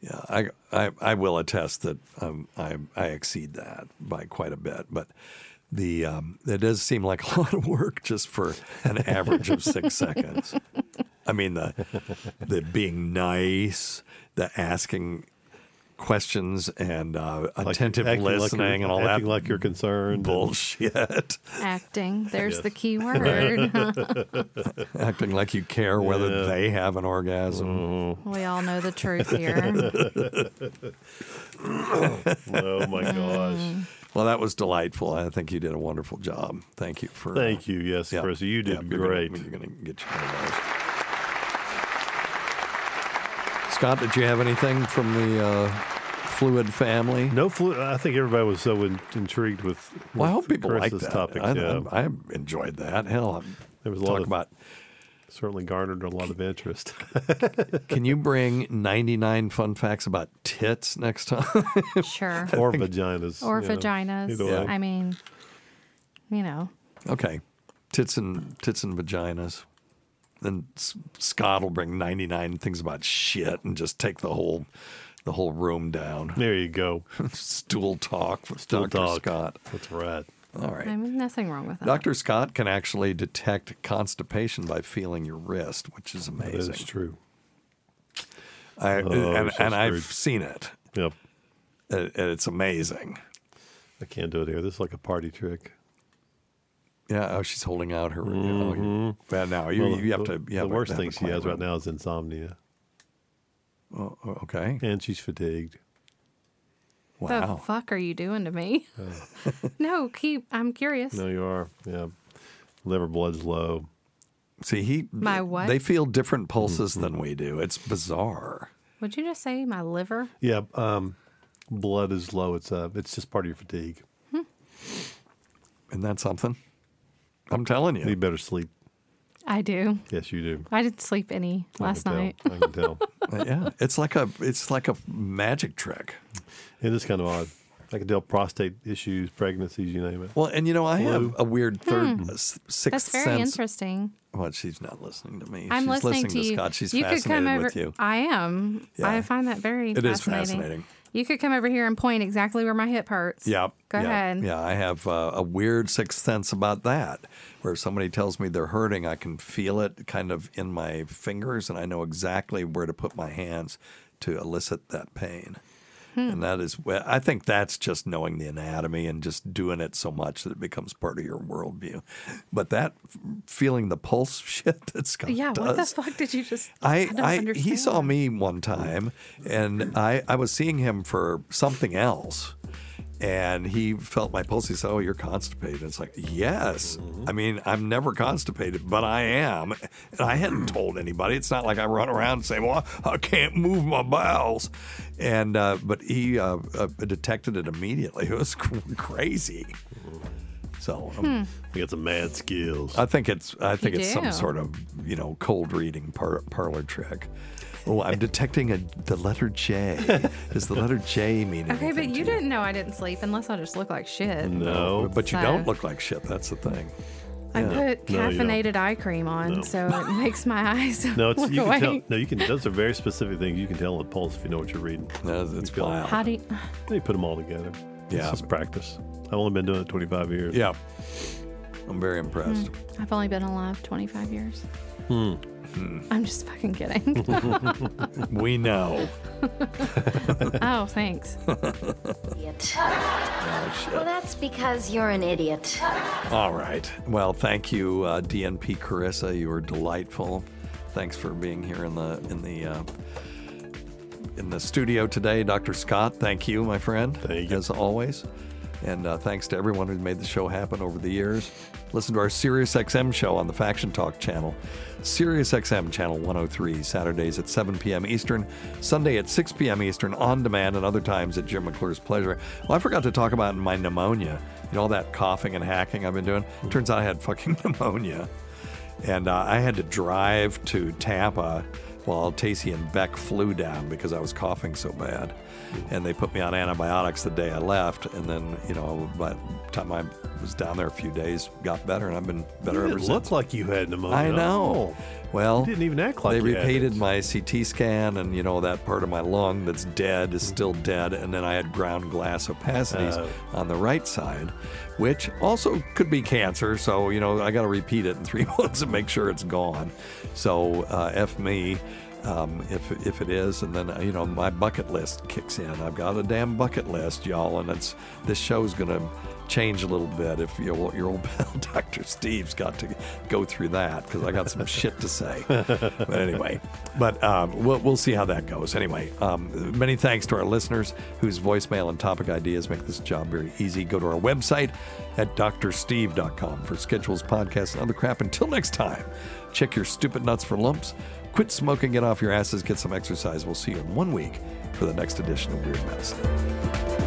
Speaker 4: Yeah, I I, I will attest that um, I I exceed that by quite a bit, but the um, it does seem like (laughs) a lot of work just for an average of
Speaker 6: (laughs)
Speaker 4: six
Speaker 10: (laughs)
Speaker 4: seconds. I mean the the being nice, the asking questions and uh, attentive
Speaker 6: acting like you're-
Speaker 4: listening and all
Speaker 6: acting
Speaker 4: that
Speaker 6: like you're concerned
Speaker 4: bullshit.
Speaker 10: Acting. There's
Speaker 4: Yes.
Speaker 10: the
Speaker 4: (laughs)
Speaker 10: key word. (laughs)
Speaker 4: acting like you care whether they have an orgasm.
Speaker 6: Mm-hmm.
Speaker 10: we all know the truth here.
Speaker 6: (coughs) oh my
Speaker 10: Mm.
Speaker 6: gosh.
Speaker 4: Well, that was delightful. I think you did a wonderful job. Thank you for. uh,
Speaker 6: Thank you. Yes,
Speaker 4: Yeah.
Speaker 6: Chris, you did
Speaker 4: Yeah, you're
Speaker 6: great.
Speaker 4: Gonna, you're going to get your Scott, did you have anything from the uh, fluid family?
Speaker 6: No flu. I think everybody was so in, intrigued with.
Speaker 4: Well, I hope
Speaker 6: with
Speaker 4: people like
Speaker 6: Chris's
Speaker 4: that.
Speaker 6: Topics,
Speaker 4: I-
Speaker 6: yeah.
Speaker 4: I, I enjoyed that. Hell, I'm,
Speaker 6: there was a
Speaker 4: talk
Speaker 6: lot of,
Speaker 4: about.
Speaker 6: Certainly garnered a lot of interest. (laughs)
Speaker 4: Can you bring 99 fun facts about tits next time? (laughs)
Speaker 10: Sure.
Speaker 6: or vaginas.
Speaker 10: Or
Speaker 4: Yeah.
Speaker 10: vaginas.
Speaker 4: Either way.
Speaker 10: I mean, you know.
Speaker 4: Okay, tits and tits and vaginas. Then S- Scott will bring ninety nine things about shit and just take the whole the whole room down.
Speaker 6: There you go.
Speaker 4: (laughs) Stool talk with
Speaker 6: Stool
Speaker 4: Dr.
Speaker 6: talk.
Speaker 4: Scott.
Speaker 6: That's right.
Speaker 4: All right.
Speaker 10: I mean, nothing wrong with that.
Speaker 4: Dr. Scott can actually detect constipation by feeling your wrist, which is amazing.
Speaker 6: That's true.
Speaker 4: I,
Speaker 6: Oh,
Speaker 4: and
Speaker 6: so
Speaker 4: and I've
Speaker 6: screwed.
Speaker 4: seen it.
Speaker 6: Yep.
Speaker 4: It, it's amazing.
Speaker 6: I can't do it here. This is like a party trick.
Speaker 4: Yeah. Oh, she's holding out her. Oh,
Speaker 6: Mhm.
Speaker 4: you- well, now you,
Speaker 6: Well,
Speaker 4: you have
Speaker 6: the-
Speaker 4: to. Yeah,
Speaker 6: the worst
Speaker 4: have
Speaker 6: thing
Speaker 4: a
Speaker 6: she has
Speaker 4: clam
Speaker 6: right now is insomnia.
Speaker 4: Oh, okay.
Speaker 6: And she's fatigued.
Speaker 10: The fuck are you doing to me? (laughs) no, keep. I'm curious.
Speaker 6: No, you are. Yeah. Liver blood's low.
Speaker 4: See, he.
Speaker 10: My what?
Speaker 4: They feel different pulses
Speaker 6: Mm-hmm.
Speaker 4: than we do. It's bizarre.
Speaker 10: Would you just say my liver?
Speaker 6: Yeah. Um, blood is low. It's uh, it's just part of your fatigue.
Speaker 4: And that's Hmm. something. I'm telling you.
Speaker 6: You better sleep.
Speaker 10: I do.
Speaker 6: Yes, you do.
Speaker 10: I didn't sleep any last
Speaker 6: I can
Speaker 10: night.
Speaker 6: tell. I can tell.
Speaker 4: (laughs) Uh, yeah, it's like a it's like a magic trick.
Speaker 6: It is kind of odd. I can tell prostate issues, pregnancies, you name it.
Speaker 4: Well, and you know, I
Speaker 6: Flu.
Speaker 4: have a weird third
Speaker 10: Hmm.
Speaker 4: uh, s-
Speaker 10: That's
Speaker 4: sixth
Speaker 10: very
Speaker 4: sense.
Speaker 10: interesting.
Speaker 4: Well, she's not listening to me.
Speaker 10: I'm
Speaker 4: she's
Speaker 10: listening, to you.
Speaker 4: Scott. She's
Speaker 10: you could
Speaker 4: fascinated
Speaker 10: come over.
Speaker 4: with you.
Speaker 10: I am.
Speaker 4: Yeah.
Speaker 10: I find that very.
Speaker 4: It is
Speaker 10: fascinating.
Speaker 4: fascinating.
Speaker 10: You could come over here and point exactly where my hip hurts.
Speaker 4: Yeah.
Speaker 10: Go
Speaker 4: yeah,
Speaker 10: ahead.
Speaker 4: Yeah, I have uh, a weird sixth sense about that, where if somebody tells me they're hurting, I can feel it kind of in my fingers, and I know exactly where to put my hands to elicit that pain.
Speaker 18: Hmm.
Speaker 4: And that is, well, I think that's just knowing the anatomy and just doing it so much that it becomes part of your worldview. But that f- feeling the pulse (laughs) shit that Scott
Speaker 10: Yeah,
Speaker 4: does,
Speaker 10: What the fuck did you just?
Speaker 4: I,
Speaker 10: don't
Speaker 4: I,
Speaker 10: understand.
Speaker 4: he saw me one time, and I, I was seeing him for something else, and he felt my pulse. He said, "Oh, you're constipated." It's like, yes. I mean, I'm never constipated, but I am, and I hadn't
Speaker 10: (clears throat)
Speaker 4: told anybody. It's not like I run around saying, "Well, I can't move my bowels," and uh, but he uh, uh, detected it immediately. (laughs) It was crazy. So.
Speaker 10: Hmm.
Speaker 4: um,
Speaker 6: We got some mad skills.
Speaker 4: I think it's I think
Speaker 6: You
Speaker 4: it's some
Speaker 6: do.
Speaker 4: sort of you know cold reading par- parlor trick. Oh, I'm detecting a, the
Speaker 10: (laughs)
Speaker 4: letter J. Does the letter J mean
Speaker 10: Okay, but
Speaker 4: anything?
Speaker 10: you didn't know I didn't sleep unless I just look like shit.
Speaker 4: but you
Speaker 10: So,
Speaker 4: don't look like shit. That's the thing.
Speaker 10: I
Speaker 4: Yeah.
Speaker 10: put caffeinated eye cream on,
Speaker 6: No.
Speaker 10: so it (laughs) makes my
Speaker 4: (laughs)
Speaker 10: eyes
Speaker 6: No,
Speaker 10: (laughs)
Speaker 6: it's
Speaker 10: look
Speaker 6: you
Speaker 10: away.
Speaker 6: can tell. No, you can. Those are very specific things you can tell on the pulse if you know what you're reading.
Speaker 4: No, it's
Speaker 10: (laughs)
Speaker 4: wild.
Speaker 10: How do you,
Speaker 6: They put them all together.
Speaker 4: Yeah.
Speaker 6: it's just practice. I've only been doing it 25 years.
Speaker 4: Yeah, I'm very impressed.
Speaker 10: hmm, I've only been alive 25 years.
Speaker 4: Hmm. (laughs)
Speaker 10: I'm just fucking kidding. (laughs)
Speaker 4: we know. (laughs)
Speaker 10: (laughs) oh, thanks.
Speaker 4: Oh, shit.
Speaker 19: Well, that's because you're an idiot.
Speaker 4: All right. Well, thank you, uh, DNP Carissa. You were delightful. Thanks for being here in the in the uh, in the studio today, Dr. Scott. Thank you, my friend. Thank you. As always. And uh, thanks to everyone who's made the show happen over the years. Listen to our SiriusXM show on the Faction Talk channel. SiriusXM channel 103, Saturdays at 7 p.m. Eastern, Sunday at 6 p.m. Eastern, on demand, and other times at Jim McClure's pleasure. Well, I forgot to talk about my pneumonia. You know, all that coughing and hacking I've been doing. Turns out I had fucking (laughs) pneumonia and uh, I had to drive to Tampa while Tacey and Beck flew down because I was coughing so bad, and they put me on antibiotics the day I left, and then you know by the time I was down there a few days, got better, and I've been better
Speaker 6: You
Speaker 4: ever
Speaker 6: didn't
Speaker 4: since.
Speaker 6: look like you had pneumonia. Oh.
Speaker 4: I know. Well,
Speaker 6: You didn't even act like
Speaker 4: they
Speaker 6: you had
Speaker 4: repeated my CT scan, and you know that part of my lung that's dead is still dead. And then I had ground glass opacities
Speaker 6: Oh.
Speaker 4: on the right side, which also could be cancer. So you know I got to repeat it in (laughs) three months and make sure it's gone. So uh, f me. Um, if, if it is, and then uh, you know my bucket list kicks in. I've got a damn bucket list, y'all, and it's this show's gonna change a little bit if your, your old pal (laughs) Dr. Steve's got to go through that because I got some shit to say. But anyway, but um, we'll, we'll see how that goes. Anyway, um, many thanks to our listeners whose voicemail and topic ideas make this job very easy. Go to our website at drsteve.com for schedules, podcasts, and other crap. Until next time, check your stupid nuts for lumps. Quit smoking, get off your asses, get some exercise. We'll see you in one week for the next edition of Weird Medicine.